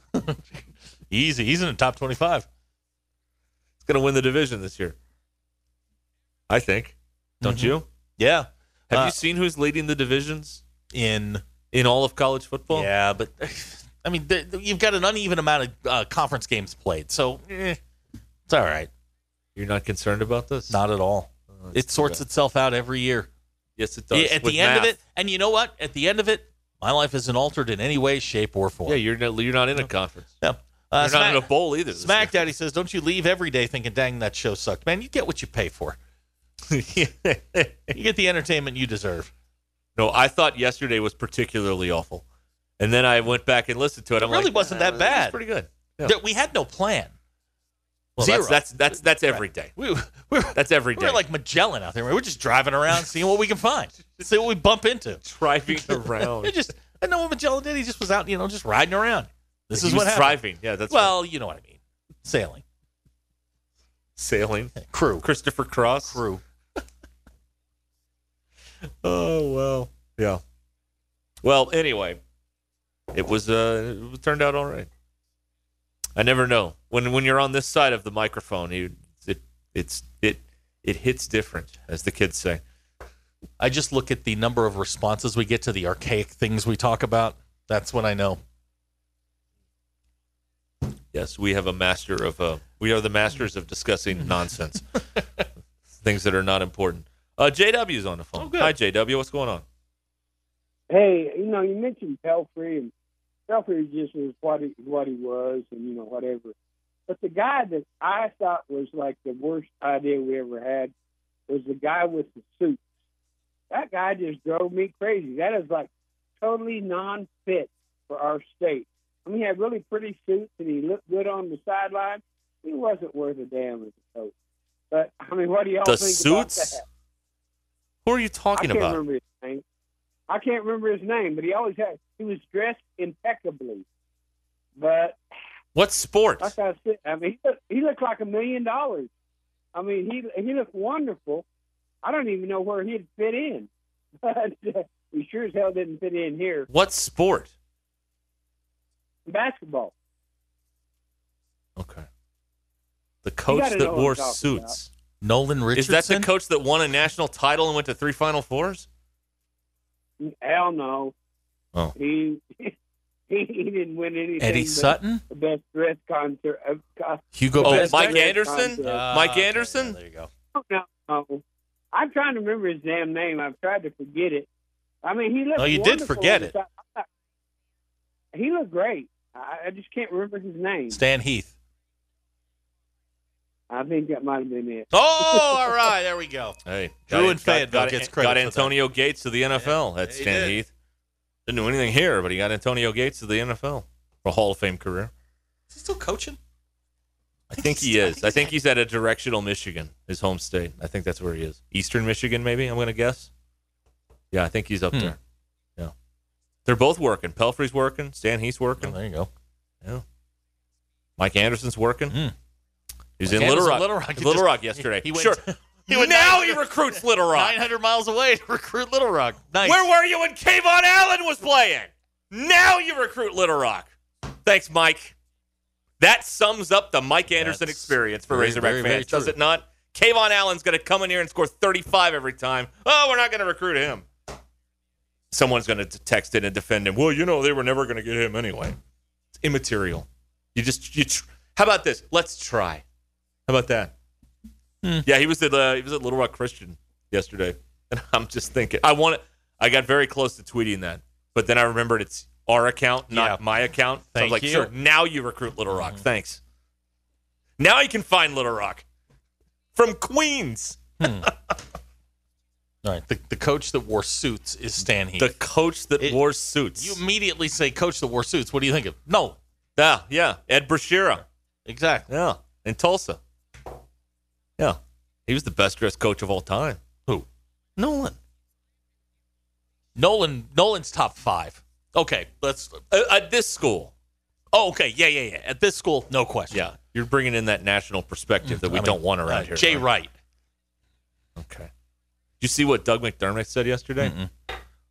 [SPEAKER 1] Easy. He's in the top 25.
[SPEAKER 2] It's going to win the division this year. I think. Don't you?
[SPEAKER 1] Yeah.
[SPEAKER 2] Have
[SPEAKER 1] Mm-hmm. Uh,
[SPEAKER 2] you seen who's leading the divisions
[SPEAKER 1] In.
[SPEAKER 2] in all of college football?
[SPEAKER 1] Yeah, but I mean, th- th- you've got an uneven amount of uh, conference games played, so eh, it's all right.
[SPEAKER 2] You're not concerned about this?
[SPEAKER 1] Not at all.
[SPEAKER 2] Oh,
[SPEAKER 1] it sorts itself out every year.
[SPEAKER 2] Yes, it does.
[SPEAKER 1] Yeah, at
[SPEAKER 2] With
[SPEAKER 1] the end of
[SPEAKER 2] math.
[SPEAKER 1] it, and you know what? At the end of it, my life isn't altered in any way, shape, or form.
[SPEAKER 2] Yeah, you're not, you're not in a conference.
[SPEAKER 1] No. Uh,
[SPEAKER 2] you're not in
[SPEAKER 1] Smack,
[SPEAKER 2] a bowl either. this
[SPEAKER 1] Smack
[SPEAKER 2] year.
[SPEAKER 1] Daddy says, "Don't you leave every day thinking, dang, that show sucked, man? You get what you pay for. you get the entertainment you deserve.
[SPEAKER 2] No, I thought yesterday was particularly awful, and then I went back and listened to it.
[SPEAKER 1] It
[SPEAKER 2] I'm
[SPEAKER 1] really
[SPEAKER 2] like,
[SPEAKER 1] wasn't that
[SPEAKER 2] "Ah, this is
[SPEAKER 1] bad.
[SPEAKER 2] Pretty good.
[SPEAKER 1] There- We had no plan.
[SPEAKER 2] Well,
[SPEAKER 1] Zero.
[SPEAKER 2] that's that's that's that's every day.
[SPEAKER 1] we, we were,
[SPEAKER 2] That's every
[SPEAKER 1] we
[SPEAKER 2] day.
[SPEAKER 1] were like Magellan out there. We were just driving around, seeing what we can find, see what we bump into.
[SPEAKER 2] driving
[SPEAKER 1] It
[SPEAKER 2] around.
[SPEAKER 1] just, I know what Magellan did. He just was out, you know, just riding around. This
[SPEAKER 2] He
[SPEAKER 1] is
[SPEAKER 2] was
[SPEAKER 1] what happened.
[SPEAKER 2] driving. Yeah, that's
[SPEAKER 1] well, you know what I mean. Sailing.
[SPEAKER 2] Sailing.
[SPEAKER 1] Crew.
[SPEAKER 2] Christopher Cross.
[SPEAKER 1] Crew.
[SPEAKER 2] Oh well. Yeah. Well, anyway, it was uh it turned out all right. I never know when when you're on this side of the microphone, you it it's it it hits different, as the kids say.
[SPEAKER 1] I just look at the number of responses we get to the archaic things we talk about. That's what I know.
[SPEAKER 2] Yes, we have a master of uh, we are the masters of discussing nonsense, things that are not important. Uh, JW's on the
[SPEAKER 1] Oh,
[SPEAKER 2] phone. Hi, JW. What's going on?
[SPEAKER 5] Hey, you know, you mentioned Pelfrey, and Pelfrey just was what he what he was, and you know whatever. But the guy that I thought was like the worst idea we ever had was the guy with the suits. That guy just drove me crazy. That is like totally non-fit for our state. I mean, he had really pretty suits, and he looked good on the sideline. He wasn't worth a damn as a coach. But I mean, what do y'all
[SPEAKER 2] The
[SPEAKER 5] think
[SPEAKER 2] suits?
[SPEAKER 5] about that?
[SPEAKER 2] Who are you talking
[SPEAKER 5] I can't
[SPEAKER 2] about?
[SPEAKER 5] Remember his name. I can't remember his name, but he always had. He was dressed impeccably, but
[SPEAKER 2] What sport?
[SPEAKER 5] like I said, I mean, he looked, he looked like a million dollars. I mean, he he looked wonderful. I don't even know where he'd fit in, but uh, he sure as hell didn't fit in here.
[SPEAKER 2] What sport?
[SPEAKER 5] Basketball.
[SPEAKER 2] Okay. The coach
[SPEAKER 5] gotta know
[SPEAKER 2] that
[SPEAKER 5] what I'm
[SPEAKER 2] wore
[SPEAKER 5] talking
[SPEAKER 2] suits.
[SPEAKER 1] Nolan
[SPEAKER 2] Is
[SPEAKER 1] Richardson.
[SPEAKER 2] that the coach that won a national title and went to three Final Fours?
[SPEAKER 5] Hell no.
[SPEAKER 2] Oh.
[SPEAKER 5] He he, he didn't win anything.
[SPEAKER 1] Eddie
[SPEAKER 5] but
[SPEAKER 1] Sutton?
[SPEAKER 5] The best dress concert. Uh, co-
[SPEAKER 1] Hugo
[SPEAKER 2] oh,
[SPEAKER 1] Best-
[SPEAKER 2] Mike
[SPEAKER 5] Best
[SPEAKER 2] Anderson?
[SPEAKER 5] contest.
[SPEAKER 2] Mike Anderson?
[SPEAKER 1] there you go.
[SPEAKER 5] no, no. I'm trying to remember his damn name. I've tried to forget it. I mean, he looked.
[SPEAKER 1] Oh, you did
[SPEAKER 5] wonderful
[SPEAKER 1] forget
[SPEAKER 5] on
[SPEAKER 1] it.
[SPEAKER 5] the side. He looked great. I, I just can't remember his name.
[SPEAKER 1] Stan Heath.
[SPEAKER 5] I think that might have been it.
[SPEAKER 1] Oh, all right. There we go.
[SPEAKER 2] Hey,
[SPEAKER 1] Drew
[SPEAKER 2] got-
[SPEAKER 1] and
[SPEAKER 2] got-
[SPEAKER 1] Fayetteville
[SPEAKER 2] got,
[SPEAKER 1] gets
[SPEAKER 2] got
[SPEAKER 1] credit for that.
[SPEAKER 2] Antonio Gates to the NFL. That's
[SPEAKER 1] he
[SPEAKER 2] Stan
[SPEAKER 1] did.
[SPEAKER 2] Heath. Didn't do anything here, but he got Antonio Gates to the NFL for a Hall of Fame career.
[SPEAKER 1] Is he still coaching?
[SPEAKER 2] I think he is. I think he's at a directional Michigan, his home state. I think that's where he is. Eastern Michigan, maybe. I'm going to guess. Yeah, I think he's up
[SPEAKER 1] Hmm.
[SPEAKER 2] there. Yeah, they're both working. Pelfrey's working. Stan Heath's working.
[SPEAKER 1] Oh, there you go.
[SPEAKER 2] Mike Anderson's working.
[SPEAKER 1] Hmm.
[SPEAKER 2] He's
[SPEAKER 1] Mike
[SPEAKER 2] in Little
[SPEAKER 1] Anderson,
[SPEAKER 2] Rock.
[SPEAKER 1] Little Rock. He
[SPEAKER 2] Little
[SPEAKER 1] just-
[SPEAKER 2] Rock yesterday.
[SPEAKER 1] he went-
[SPEAKER 2] sure.
[SPEAKER 1] he went
[SPEAKER 2] now
[SPEAKER 1] nine-
[SPEAKER 2] he recruits Little Rock.
[SPEAKER 1] 900 miles away to recruit Little Rock. Nice.
[SPEAKER 2] Where were you when Kayvon Allen was playing? Now you recruit Little Rock. Thanks, Mike. That sums up the Mike Anderson
[SPEAKER 1] That's
[SPEAKER 2] experience for
[SPEAKER 1] very,
[SPEAKER 2] Razorback
[SPEAKER 1] very, very
[SPEAKER 2] fans, does
[SPEAKER 1] true.
[SPEAKER 2] it not? Kayvon Allen's going to come in here and score 35 every time. Oh, we're not going to recruit him. Someone's going to text in and defend him. Well, you know they were never going to get him anyway. It's immaterial. You just you. Tr- How about this? Let's try. How about that?
[SPEAKER 1] Hmm.
[SPEAKER 2] Yeah, he was at uh, he was at Little Rock Christian yesterday, and I'm just thinking I want to. I got very close to tweeting that, but then I remembered it's our account, not
[SPEAKER 1] Yeah.
[SPEAKER 2] my account. So I was
[SPEAKER 1] Thank
[SPEAKER 2] like,
[SPEAKER 1] you. Mm-hmm.
[SPEAKER 2] sure, now you recruit Little Rock. Thanks. Now you can find Little Rock from Queens.
[SPEAKER 1] All right. The, the coach that wore suits is Stan Heath.
[SPEAKER 2] The coach that
[SPEAKER 1] It-
[SPEAKER 2] wore suits.
[SPEAKER 1] you immediately say coach that wore suits. What do you think of? No.
[SPEAKER 2] yeah, yeah, Ed Brashira.
[SPEAKER 1] Exactly.
[SPEAKER 2] Yeah, in Tulsa. Yeah, he was the best dressed coach of all time.
[SPEAKER 1] Who?
[SPEAKER 2] Nolan.
[SPEAKER 1] Nolan Nolan's top five. Okay, let's.
[SPEAKER 2] Uh, at this school.
[SPEAKER 1] Oh, okay, yeah, yeah, yeah. At this school, no question.
[SPEAKER 2] Yeah, you're bringing in that national perspective that we
[SPEAKER 1] I mean,
[SPEAKER 2] don't want around
[SPEAKER 1] uh,
[SPEAKER 2] here.
[SPEAKER 1] Jay
[SPEAKER 2] right?
[SPEAKER 1] Wright.
[SPEAKER 2] Okay. Did you see what Doug McDermott said yesterday?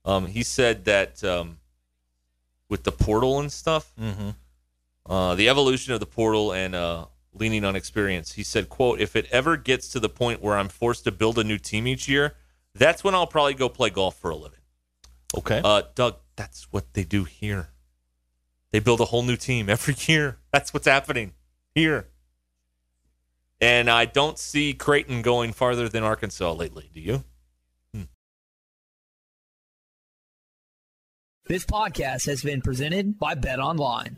[SPEAKER 2] Um, he said that um, with the portal and stuff,
[SPEAKER 1] Mm-hmm.
[SPEAKER 2] uh, the evolution of the portal and uh, leaning on experience. He said, "quote If it ever gets to the point where I'm forced to build a new team each year, that's when I'll probably go play golf for a living."
[SPEAKER 1] Okay.
[SPEAKER 2] Uh, Doug, that's what they do here. They build a whole new team every year. That's what's happening here. And I don't see Creighton going farther than Arkansas lately. Do you?
[SPEAKER 7] This podcast has been presented by Bet Online.